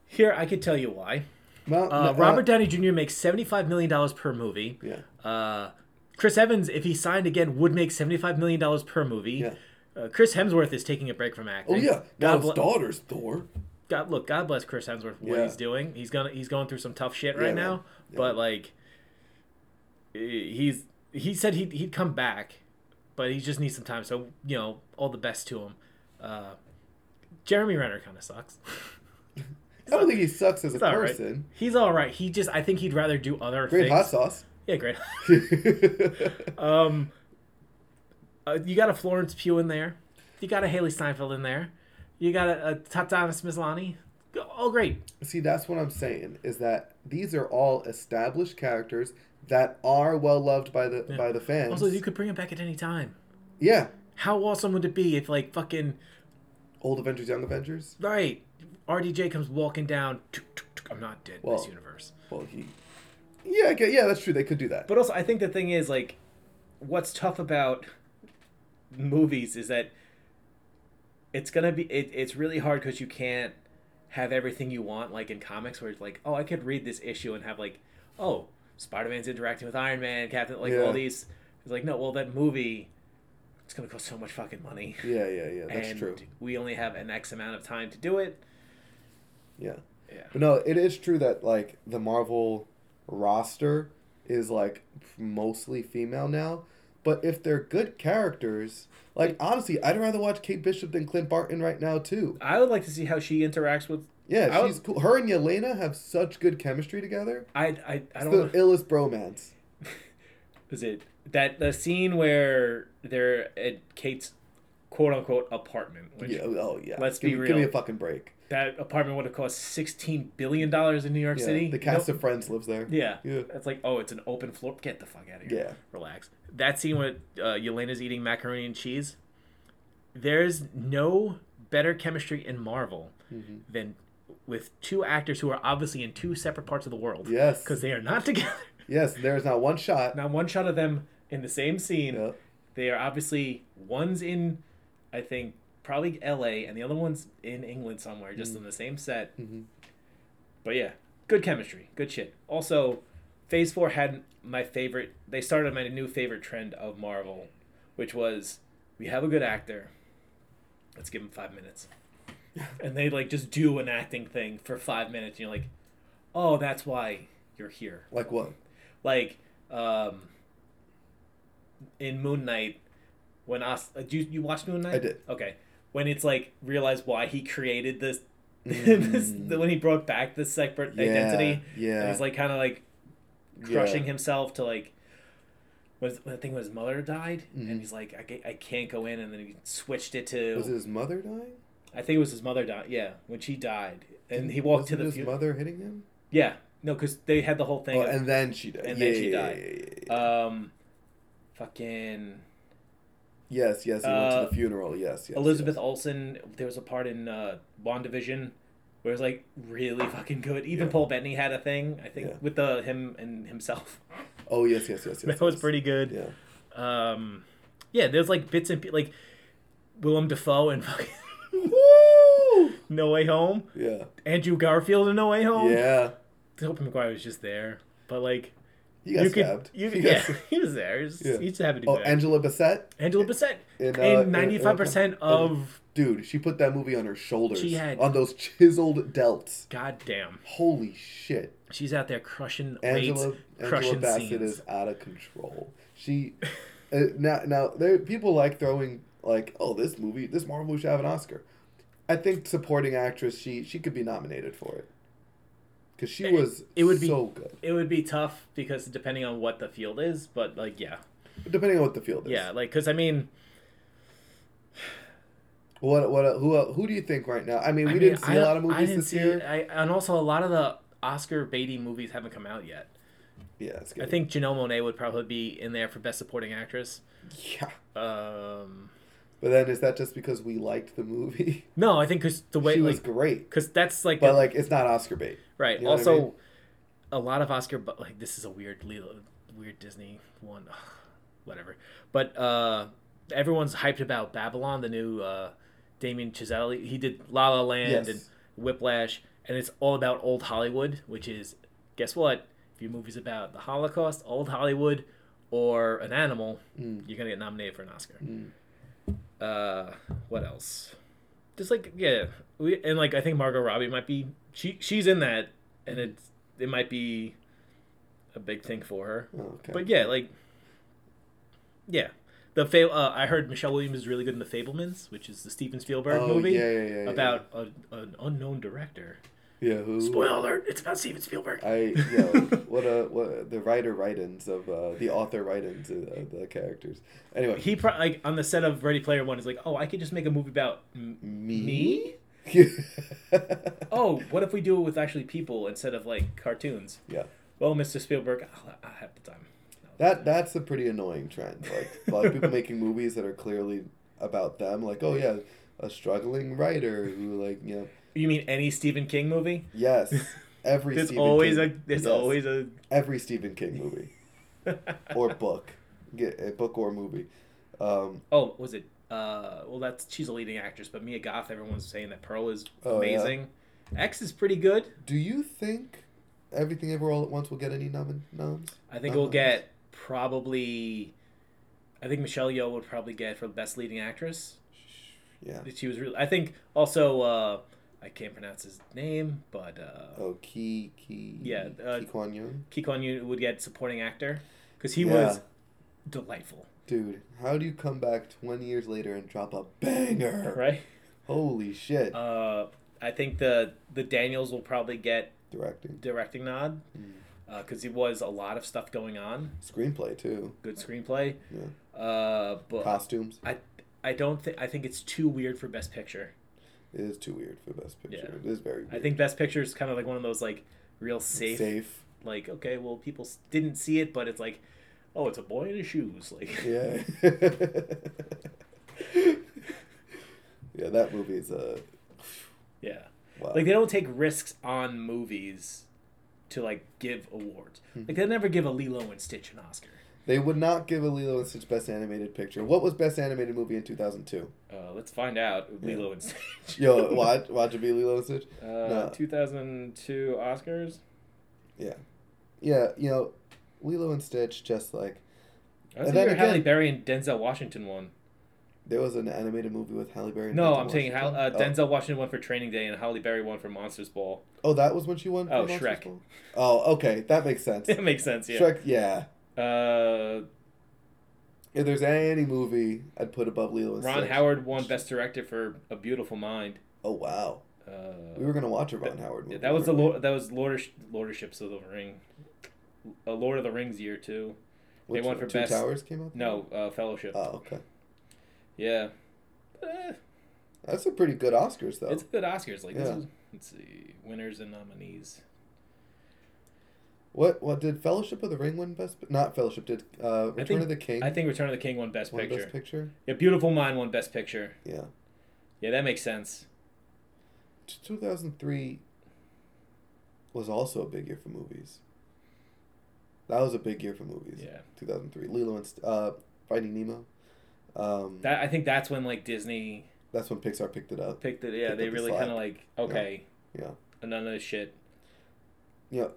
Here, I could tell you why.
Well,
Uh,
no,
Robert Downey Jr. makes seventy-five million dollars per movie.
yeah.
Uh, Chris Evans, if he signed again, would make seventy-five million dollars per movie.
Yeah.
Uh, Chris Hemsworth is taking a break from acting.
Oh yeah. Now
God,
his
bl-
daughter's Thor.
God, look, God bless Chris Hemsworth for what
Yeah.
he's doing. He's gonna he's going through some tough shit right
man.
now. But like, eh, he's he said he'd he'd come back, but he just needs some time. So you know, all the best to him. Uh, Jeremy Renner kind of sucks.
I don't think he sucks as a
He's all right.
person.
He's all right. He just I think he'd rather do other
Great
things.
hot sauce.
Yeah, great. um, uh, you got a Florence Pugh in there. You got a Haley Steinfeld in there. You got a, a Tatiana Smilani. Oh, great.
See, that's what I'm saying is that these are all established characters that are well loved by the by the fans.
Also, you could bring him back at any time.
yeah,
How awesome would it be if, like, fucking
old Avengers, young Avengers.
right, RDJ comes walking down. tuk, tuk, tuk, I'm not dead in
Well-
this universe.
Well, he. Yeah, I get- yeah, that's true. They could do that.
But also, I think the thing is, like, what's tough about movies is that it's gonna be it, it's really hard because you can't have everything you want like in comics where it's like oh i could read this issue and have like oh spider-man's interacting with iron man captain like
Yeah.
all these it's like no well that movie it's gonna cost so much fucking money
yeah, yeah, yeah, that's
and
true.
we only have an x amount of time to do it
Yeah,
yeah
but no, it is true that like the Marvel roster is like mostly female now. But if they're good characters, like honestly, I'd rather watch Kate Bishop than Clint Barton right now too.
i would like to see how she interacts with I
Yeah,
would-
she's cool. Her and Yelena have such good chemistry together.
i i, I don't
the
know.
illest bromance.
is it that the scene where they're at Kate's quote unquote apartment, which
Yeah, oh yeah.
Let's
give,
be
me- Give me
real.
a fucking break.
that apartment would have cost sixteen billion dollars in New York
Yeah,
City.
the cast
Nope.
of Friends lives there.
yeah.
Yeah.
it's like oh, it's an open floor. Get the fuck out of here.
Yeah.
relax. That scene when uh, Yelena's eating macaroni and cheese. There's no better chemistry in Marvel
Mm-hmm.
than with two actors who are obviously in two separate parts of the world.
Yes.
because they are not together.
Yes, there is not one shot.
Not one shot of them in the same scene.
Yeah.
They are obviously one's in, I think probably L.A. and the other one's in England somewhere, just in the same set. But yeah, good chemistry, good shit. Also, Phase Four had my favorite. They started my new favorite trend of Marvel, which was we have a good actor. Let's give him five minutes, and they like just do an acting thing for five minutes. And you're like, oh, that's why you're here
Like what?
like um in Moon Knight when Os- uh, do you, you watch Moon Knight?
I did.
Okay. When it's like realize why he created this, this when he brought back this separate
Mm. Yeah,
identity.
yeah.
And he's like kind of like crushing himself to like was I think when his mother died and he's like I, ca- I can't go in and then he switched it to
Mm-hmm. Was it his mother dying?
I think it was his mother died. Yeah, when she died. And he walked to
Wasn't
the
his
fu-
mother hitting him.
Yeah. No, cuz they had the whole thing
Oh,
of-
and then she died.
and then she
yeah,
died.
yeah, yeah, yeah.
um fucking
yes, yes, he went to
uh,
the funeral. Yes, yes.
Elizabeth Olsen, there was a part in uh, WandaVision where it was like really fucking good. Even Paul Bettany had a thing, I think,
Yeah.
with the him and himself.
yes. Oh yes, yes, yes, yes.
That was
yes.
pretty good.
Yeah.
Yeah. Um, yeah, there's like bits and pe- like Willem Dafoe and fucking
Woo!
No Way Home,
Yeah.
Andrew Garfield in No Way Home.
Yeah.
Tobey Maguire was just there, but like
He got
you
stabbed.
could, you,
He got
yeah,
stabbed.
he was there. He was,
Yeah.
he just happened to be
Oh,
there.
Angela Bassett,
Angela Bassett
in, uh, in-
and
in-
ninety five percent of
dude, she put that movie on her shoulders.
She had-
on those chiseled delts.
goddamn.
Holy shit!
She's out there crushing
Angela
weights,
Angela
crushing
Bassett
scenes.
is out of control. She uh, now now there people like throwing like oh this movie this Marvel movie should have an Oscar. I think supporting actress she she could be nominated for it because she
It-
was
Eh, it would be-
so good.
It would be tough because depending on what the field is, but like yeah,
Depending on what the field is.
yeah, like because I mean,
What what who el- who do you think right now? I mean we
I mean,
didn't see
I-
a lot of
I
movies
didn't
this
see-
year.
I, and also a lot of the Oscar Beatty movies haven't come out yet.
Yeah, it's
I
good.
think Janelle Monet would probably be in there for best supporting actress.
yeah.
Um,
But then is that just because we liked the movie?
no, I think because the way
she
like
was great,
because that's like,
but
the-
like it's not Oscar bait.
right.
you know what I
also,
mean?
a lot of Oscar, but like this is a weird, Lilo- weird Disney one, whatever. But uh, everyone's hyped about Babylon, the new uh, Damien Chazelle. He did La La
Yes.
Land and Whiplash, and it's all about old Hollywood, which is guess what? If your movie's about the Holocaust, old Hollywood, or an animal,
Mm.
you're gonna get nominated for an Oscar.
Mm.
Uh, what else? Just like yeah, we and like I think Margot Robbie might be she she's in that, and it's it might be a big thing for her.
Oh, okay.
But yeah, like yeah, the fa- uh, I heard Michelle Williams is really good in The Fablemans, which is the Steven Spielberg
Oh,
movie
yeah, yeah, yeah, yeah.
about a, an unknown director.
yeah who
Spoiler alert! It's about Steven Spielberg.
I yo, what a what the writer write-ins of uh, the author write-ins of uh, the characters. Anyway,
he pro- like on the set of Ready Player One is like, oh, I could just make a movie about m-
me.
me. Oh, what if we do it with actually people instead of like cartoons?
yeah,
Well, Mr. Spielberg, I'll, I'll have the time.
that that's a pretty annoying trend. Like like people making movies that are clearly about them. Like oh yeah, a struggling writer who like you know
You mean any Stephen King movie?
yes every
There's
Stephen
always
King,
a there's
yes,
always a
every Stephen King movie or book, get a book or movie. Um,
oh was it uh well that's she's a leading actress but Mia Goth everyone's saying that Pearl is
Oh, yeah.
amazing. X is pretty good.
do you think everything ever all at once will get any nom- noms?
I think
Oh,
we'll
nice.
get probably. I think Michelle Yeoh would probably get for best leading actress.
Yeah.
She was really. I think also uh I can't pronounce his name but uh,
Oh, Ki Ki.
Yeah, uh,
Ki Kwan Young.
Ki Kwon Yoon would get supporting actor because he
Yeah.
was delightful,
Dude, how do you come back 20 years later and drop a banger?
right?
Holy shit.
Uh, I think the the Daniels will probably get
Directing.
directing nod
Hmm.
because he was a lot of stuff going on,
Screenplay, too.
good screenplay.
Yeah.
Uh, but
Costumes
I I don't think I think it's too weird for Best Picture.
It is too weird for Best Picture.
Yeah.
It is very weird.
I think Best Picture is kind of like one of those like real safe,
Safe.
like okay, well people s- didn't see it, but it's like, oh, it's a boy in his shoes, like
Yeah. yeah, that movie is uh, a.
yeah,
Wow.
like they don't take risks on movies to like give awards.
Hmm.
Like they'll never give a Lilo and Stitch an Oscar.
they would not give a Lilo and Stitch Best Animated Picture. What was Best Animated Movie in 2002?
Uh, let's find out Lilo and Stitch.
Yo, watch, watch it be Lilo and Stitch?
Uh,
No.
2002 Oscars.
Yeah. Yeah, you know, Lilo and Stitch, just like.
I was
And then
thinking Halle
again-
Berry and Denzel Washington won.
There was an animated movie with Halle Berry. and
No,
Denzel
I'm saying Hal- uh,
Washington.
Denzel Washington won for Training Day and Halle Berry won for Monsters Ball.
Oh, oh, that was when she won. for
Oh,
Monsters
Shrek.
Ball? Oh, okay, that makes sense.
It makes sense, yeah.
Shrek, yeah.
Uh,
If there's any movie I'd put above Lilo and
Ron
Stitch.
Howard won Best Director for A Beautiful Mind.
Oh wow,
Uh,
we were gonna watch a Ron Howard movie.
yeah, that was the
weren't we?
Lord, that was Lordish, Lorderships of the Ring, uh, Lord of the Rings year too. they
Which
won
one?
for
Two
best-
Towers came out.
No, uh, Fellowship.
Oh okay,
yeah, Eh,
that's a pretty good Oscars though.
it's good Oscars. Like this
Yeah.
is, let's see, winners and nominees.
What what did Fellowship of the Ring win best? Not Fellowship. Did uh, Return
think-
of the King
I think Return of the King won Best
won
Picture.
best picture?
Yeah, Beautiful Mind won Best Picture.
Yeah,
Yeah, that makes sense.
two thousand three was also a big year for movies. That was a big year for movies.
Yeah,
2003. Lilo and St- uh, Finding Nemo. Um,
that I think that's when like Disney
that's when Pixar picked it up.
picked it. Yeah,
Picked
they
up the
really
slack.
kind of like okay,
Yeah.
none of this shit.
You know,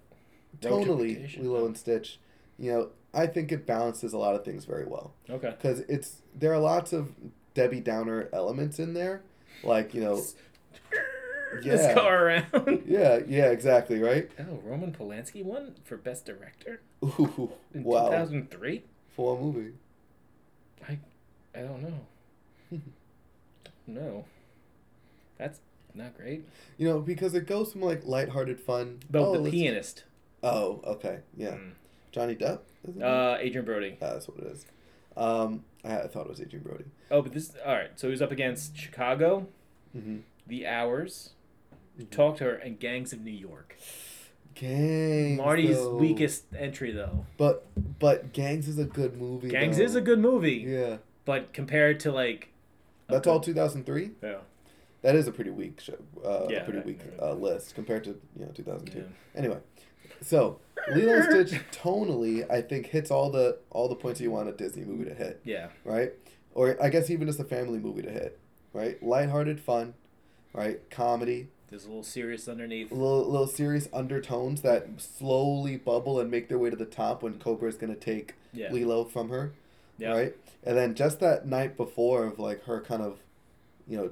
Road to
tonally,
Perdition.
Lilo and Stitch. You know, I think it balances a lot of things very well
Okay,
because it's there are lots of Debbie Downer elements in there, like you know,
this
Yeah.
car around.
Yeah, yeah, exactly, right?
oh, Roman Polanski won for Best Director
Ooh,
in
wow.
2003.
Full movie.
I, I don't know. no, that's not great.
You know, because it goes from like lighthearted fun.
Though the
Oh, let's-
pianist,
Oh, okay. Yeah.
Mm.
Johnny Depp? Is it?
uh, Adrian Brody.
Ah, that's what it is. Um, I, I thought it was Adrian Brody.
Oh, but this all right. So he was up against Chicago,
Mm-hmm.
The Hours,
Mhm.
Talk to Her, and Gangs of New York.
Gangs.
Marty's
though.
weakest entry though.
But but Gangs is a good movie.
Gangs
though.
is a good movie,
Yeah.
but compared to like, a
That's
good-
all 2003.
Yeah.
That is a pretty weak show. Uh,
Yeah,
a pretty
that-
weak
that-
uh, list compared to you know 2002.
Yeah.
Anyway, so Lilo and Stitch tonally, I think hits all the all the points you want a Disney movie to hit,
yeah.
right? Or I guess even just a family movie to hit, right? Lighthearted fun, right? Comedy,
There's a little serious underneath.
little little serious undertones that slowly bubble and make their way to the top when Cobra is gonna take
Yeah.
Lilo from her,
Yeah.
right? And then just that night before of like her kind of, you know,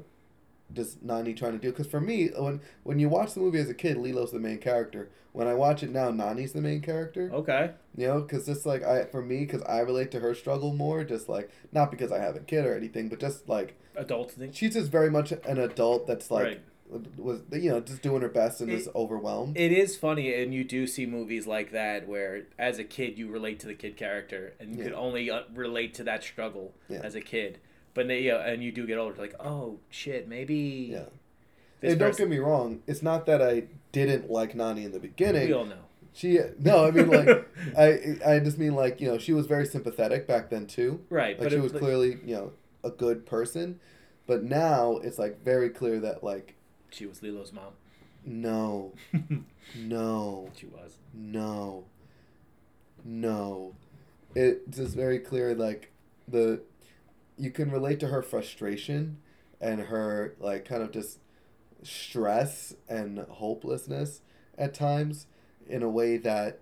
just Nani trying to do. Because for me, when when you watch the movie as a kid, Lilo's the main character. When I watch it now, Nani's the main character.
Okay.
You know, because just like I for me, because I relate to her struggle more. Just like not because I have a kid or anything, but just like
Adult thing.
she's just very much an adult that's like
Right.
was you know just doing her best and
It-
is overwhelmed.
It is funny, and you do see movies like that where, as a kid, you relate to the kid character, and you
Yeah.
can only uh, relate to that struggle
Yeah.
as a kid. But they, yeah, and you do get older, like, oh shit, maybe.
yeah.
this
And don't
person-
get me wrong, it's not that I didn't like Nani in the beginning.
We all know.
She no, I mean like I I just mean like you know she was very sympathetic back then too.
Right,
Like
but
she
it-
was
like-
clearly you know a good person, but now it's like very clear that like
She was Lilo's mom.
no, no,
She was.
no, no. It's just very clear like the you can relate to her frustration and her like kind of just stress and hopelessness at times in a way that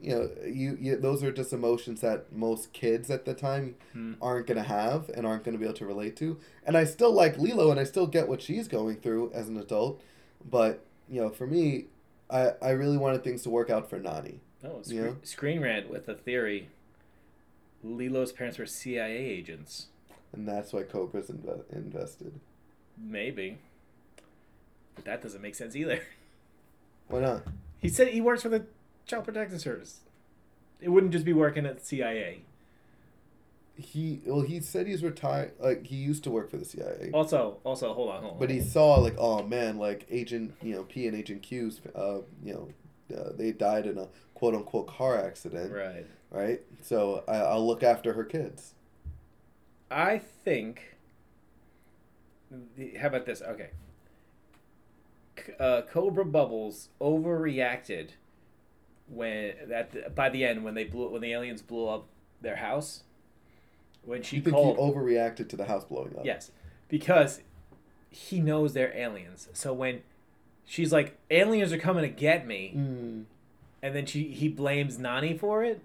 you know you, you those are just emotions that most kids at the time
Hmm.
aren't going to have and aren't going to be able to relate to and i still like lilo and i still get what she's going through as an adult but you know for me i i really wanted things to work out for nani
Oh, scre-
Yeah.
Screen Rant with a theory. Lilo's parents were CIA agents.
and that's why cobra's inve- invested
Maybe. But that doesn't make sense either.
why not
He said he works for the Child Protective Service. It wouldn't just be working at the CIA.
he well he said he's retired like he used to work for the cia
Also, also, hold on, hold on.
But he saw like, oh man, like Agent, you know, P and Agent Q's, uh, you know, uh, they died in a quote unquote car accident, right?
right.
So I, I'll look after her kids.
I think. How about this? Okay. C- Uh, Cobra Bubbles overreacted when at the, by the end when they blew when the aliens blew up their house. When she
you think
called,
he overreacted to the house blowing up?
Yes, because he knows they're aliens. So when she's like, "Aliens are coming to get me,"
Mm,
and then she he blames Nani for it.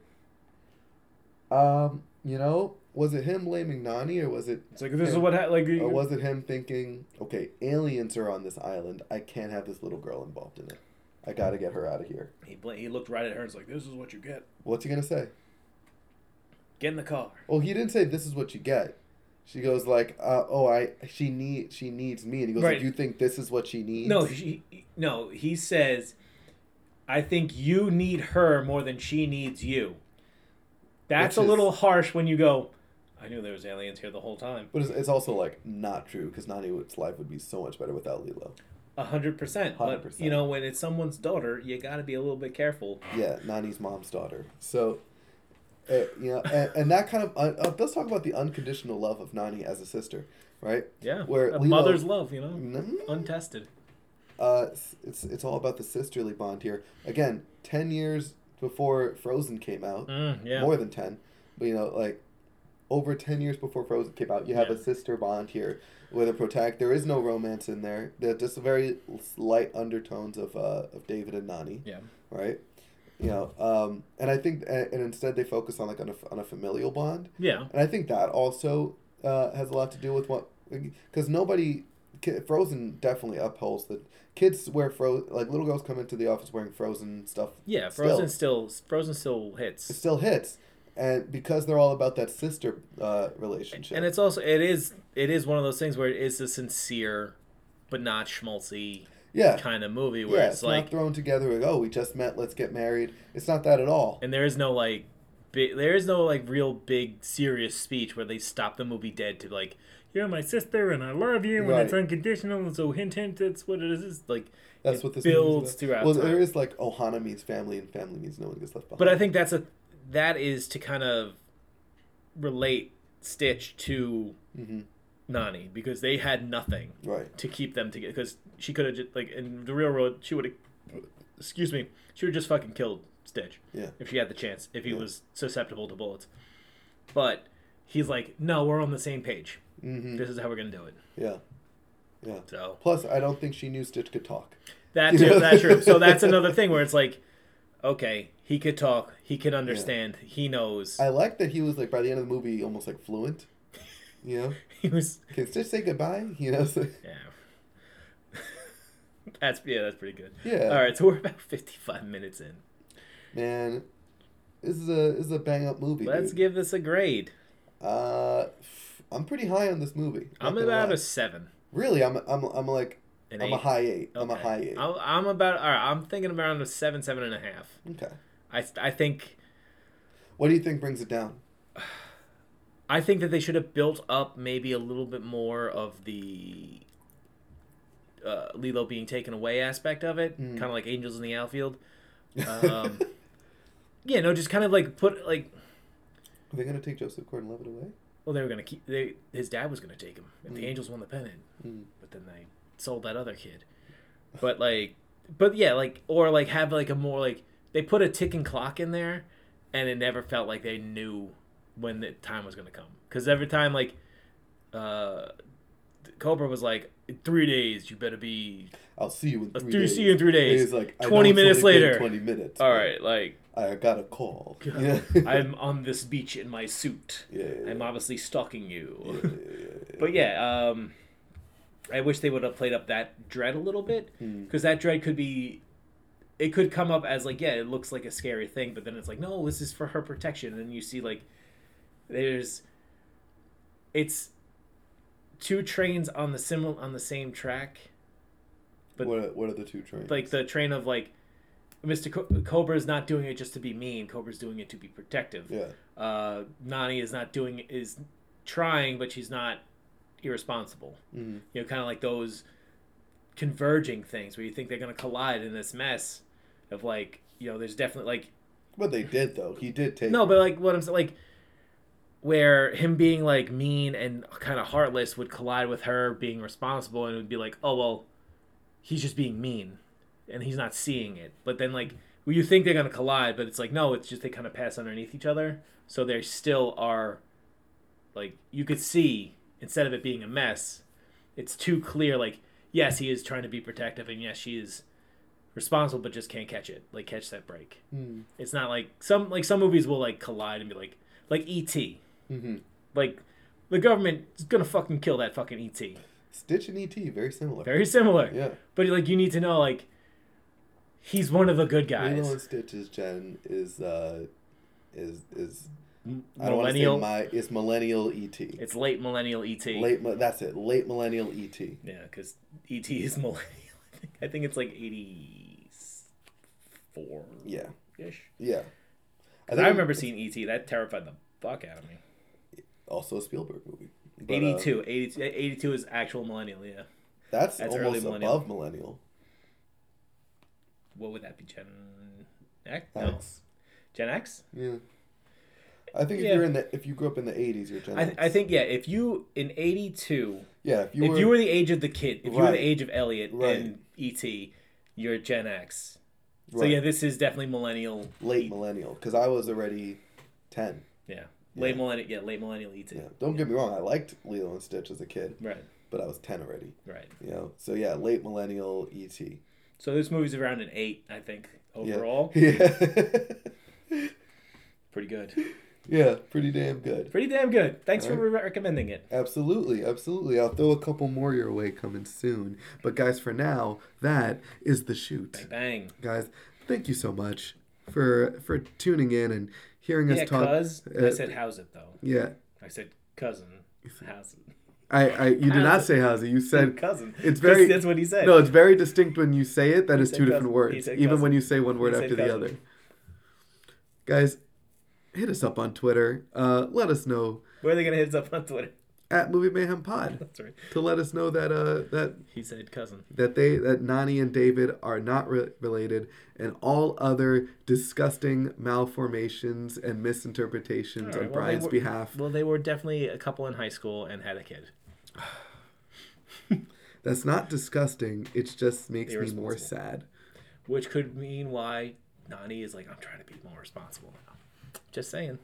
um, you know, was it him blaming Nani, or was it,
It's like this is what ha- like.
or Oh, was it him thinking, okay, aliens are on this island, I can't have this little girl involved in it, I gotta get her out of here.
He bla- he looked right at her and was like, "This is what you get.
What's he gonna say?
Get in the car."
Well, he didn't say this is what you get. She goes like, uh, "Oh, I she need she needs me," and he goes,
Right.
like, "You think this is what she needs?"
No, she, no. He says, "I think you need her more than she needs you." That's
Which
a
is-
little harsh when you go. I knew there was aliens here the whole time.
but it's, it's also like not true because Nani's life would be so much better without Lilo.
A hundred percent. But
100%.
you know, when it's someone's daughter, you got to be a little bit careful.
Yeah, Nani's mom's daughter. So, uh, you know, and, and that kind of un- uh, let's talk about the unconditional love of Nani as a sister, right?
Yeah.
Where
a
Lilo-
mother's love, you know,
Mm,
untested.
uh, it's- it's it's all about the sisterly bond here. Again, ten years before Frozen came out,
Mm, yeah.
more than 10 but you know like over 10 years before frozen came out you have a
Yeah.
sister bond here with a protect there is no romance in there there's just very light undertones of uh of david and nani
yeah.
right you know um and i think and, and instead they focus on like on a, on a familial bond
Yeah.
and i think that also uh has a lot to do with what because nobody Ki- Frozen definitely upholds the kids wear fro like little girls come into the office wearing Frozen stuff.
Yeah,
still.
Frozen still, Frozen still hits.
It still hits, and because they're all about that sister uh, relationship.
and it's also it is it is one of those things where it is a sincere but not schmaltzy
yeah,
kind of movie where
yeah.
it's,
It's
like
not thrown together like oh we just met let's get married. It's not that at all.
and there is no like bi- there is no like real big serious speech where they stop the movie dead to like you're my sister and I love you and it's
Right.
unconditional so hint hint that's what it is It's like
That's
it
what this movie's
builds
about.
throughout
Well,
time.
there is like Ohana means family, and family means no one gets left behind.
but I think that's a that is to kind of relate Stitch to
hmm
Nani because they had nothing
right.
to keep them together because she could have just like in the real world she would have excuse me she would have just fucking killed stitch
Yeah.
if she had the chance if he
Yeah.
was susceptible to bullets but he's like no we're on the same page
hmm
this is how we're gonna do it
Yeah. Yeah.
so
Plus, I don't think she knew Stitch could talk.
that too, that's true so that's another thing where it's like okay he could talk he could understand he knows
I like that he was like by the end of the movie almost like fluent. You know,
he was
can Stitch say goodbye? You know, so,
yeah that's yeah that's pretty good
Yeah.
all right so we're about 55 minutes in
man, this is a this is a bang up movie.
let's
dude.
give this a grade
Uh, I'm pretty high on this movie. not
i'm
gonna
about
lie.
a seven
really. I'm I'm I'm like
An
I'm a
eight?
high eight. I'm a
Okay.
high eight.
I'm, I'm about. All right. I'm thinking around a seven, seven and a half.
Okay.
I I think
What do you think brings it down?
I think that they should have built up maybe a little bit more of the uh, Lilo being taken away aspect of it,
Mm.
kind of like Angels in the Outfield. Um, yeah, no, just kind of like put like.
Are they gonna take Joseph Gordon-Levitt away?
Well, they were gonna keep. They, his dad was gonna take him if the
Mm.
Angels won the pennant,
Mm.
but then they sold that other kid. But like, but yeah, like or like have like a more like they put a ticking clock in there, and it never felt like they knew when the time was gonna come. Because every time like, uh, Cobra was like, three days, you better be.
I'll see you in
I'll
three
do-
days.
see you in three days.
He's like, I know
20
it's only
minutes
been
later.
Twenty minutes.
All
but
right, like
I got a call.
God,
Yeah.
I'm on this beach in my suit.
Yeah, yeah, yeah.
I'm obviously stalking you.
Yeah, yeah, yeah, yeah.
But yeah, um, I wish they would have played up that dread a little bit
Mm.
because that dread could be, it could come up as like yeah, it looks like a scary thing, but then it's like no, this is for her protection, and then you see like there's, it's two trains on the similar on the same track, but-
what are, what are the two trains?
like the train of like. Mr. Co- Cobra's not doing it just to be mean. Cobra's doing it to be protective
yeah,
uh, Nani is not doing is trying, but she's not irresponsible.
Mhm.
You know, kind of like those converging things where you think they're gonna collide in this mess of like you know, there's definitely like
but they did though. He did take.
no, but like what I'm saying, like where him being like mean and kind of heartless would collide with her being responsible, and it would be like, oh well, he's just being mean, and he's not seeing it. But then like well, you think they're gonna collide, but it's like no, it's just they kind of pass underneath each other, so they still are like you could see instead of it being a mess, it's too clear. Like yes, he is trying to be protective, and yes, she is responsible, but just can't catch it, like catch that break.
Mm.
It's not like some like some movies will like collide and be like like E.T.
Mhm.
Like the government is gonna fucking kill that fucking E.T.
Stitch and ET very similar.
Very similar.
yeah,
But like you need to know like he's one of the good
Lilo
guys.
and Stitch's Jen is uh is is
M-
I don't want to say
Millennial.
my is millennial ET.
It's E late millennial E.T.
Late mi- that's it. Late millennial E ET.
Yeah, because E.T. is millennial. I think- I think it's like eighty four
Yeah,
ish.
yeah. think
I remember seeing E.T. That terrified the fuck out of me.
also a Spielberg movie. But, uh,
82. 82, 82 is actual millennial. Yeah.
that's,
That's early
almost
millennial.
above millennial.
What would that be? Gen X? No.
X.
Gen X?
Yeah. I think if
Yeah.
you're in the if you grew up in the eighties, you're Gen
I, I think yeah. If you in '82,
yeah, if you
if
were,
you were the age of the kid, if you were the
Right.
age of Elliot
Right.
and ET, you're Gen X. So
right,
yeah, this is definitely millennial. E
late millennial, because I was already ten.
Yeah, late
Yeah.
millennial. Yeah, late millennial ET.
Yeah. Don't get me wrong, I liked Lilo and Stitch as a kid,
Right,
but I was ten already.
right.
You know, so yeah, late millennial E ET.
So this movie's around an eight, I think
Yeah.
overall.
yeah.
Pretty good.
Yeah, pretty damn good.
Pretty damn good. Thanks for re- recommending it.
Absolutely, absolutely. I'll throw a couple more your way coming soon. But guys, for now, that is the shoot.
Bang.
Guys, thank you so much for for tuning in and hearing
Yeah,
us talk.
cuz. I
uh,
said, how's it, though?
yeah.
I said, cousin. How's it?
I, I you did not
How's
say how's it. You said
cousin.
It's
That's-
very
That's what he said.
No, it's very distinct when you say it. That is
said
two different
cousin. He
words,
said
even
cousin.
when you say one word
said
after the
cousin.
other. Guys, hit us up on Twitter. Uh, let us know
Where are they gonna hit us up on Twitter?
at Movie Mayhem Pod
That's right.
to let us know that uh that
He said cousin.
that they that Nani and David are not re- related, and all other disgusting malformations and misinterpretations
All right,
on
well, they
Brian's
were-
behalf.
Well, they were definitely a couple in high school and had a kid.
That's not disgusting. It just makes me more
Irresponsible.
sad.
which could mean why Nani is like, I'm trying to be more responsible now. Just saying.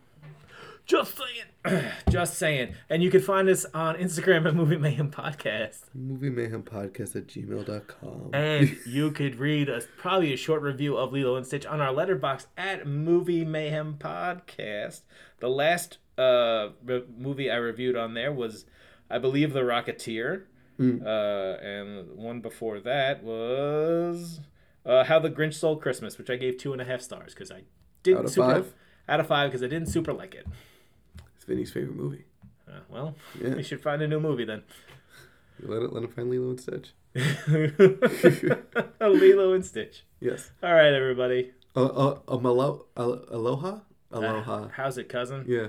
Just saying. Just saying. And you can find us on Instagram at Movie Mayhem Podcast.
Movie Mayhem Podcast at gmail.com.
And you could read us probably a short review of Lilo and Stitch on our letterbox at Movie Mayhem Podcast. The last uh, re- movie I reviewed on there was, I believe, The Rocketeer.
Mm.
Uh, and one before that was uh, How the Grinch Stole Christmas, which I gave two and a half stars because I didn't
Out of
super
five?
out of five because I didn't super like it.
It's Vinny's favorite movie.
Uh, well,
Yeah.
we should find a new movie then.
You let it let him find Lilo and Stitch.
Lilo and Stitch.
Yes.
All right, everybody.
Uh, uh, um, alo- al- aloha? Aloha.
How's it, cousin?
Yeah.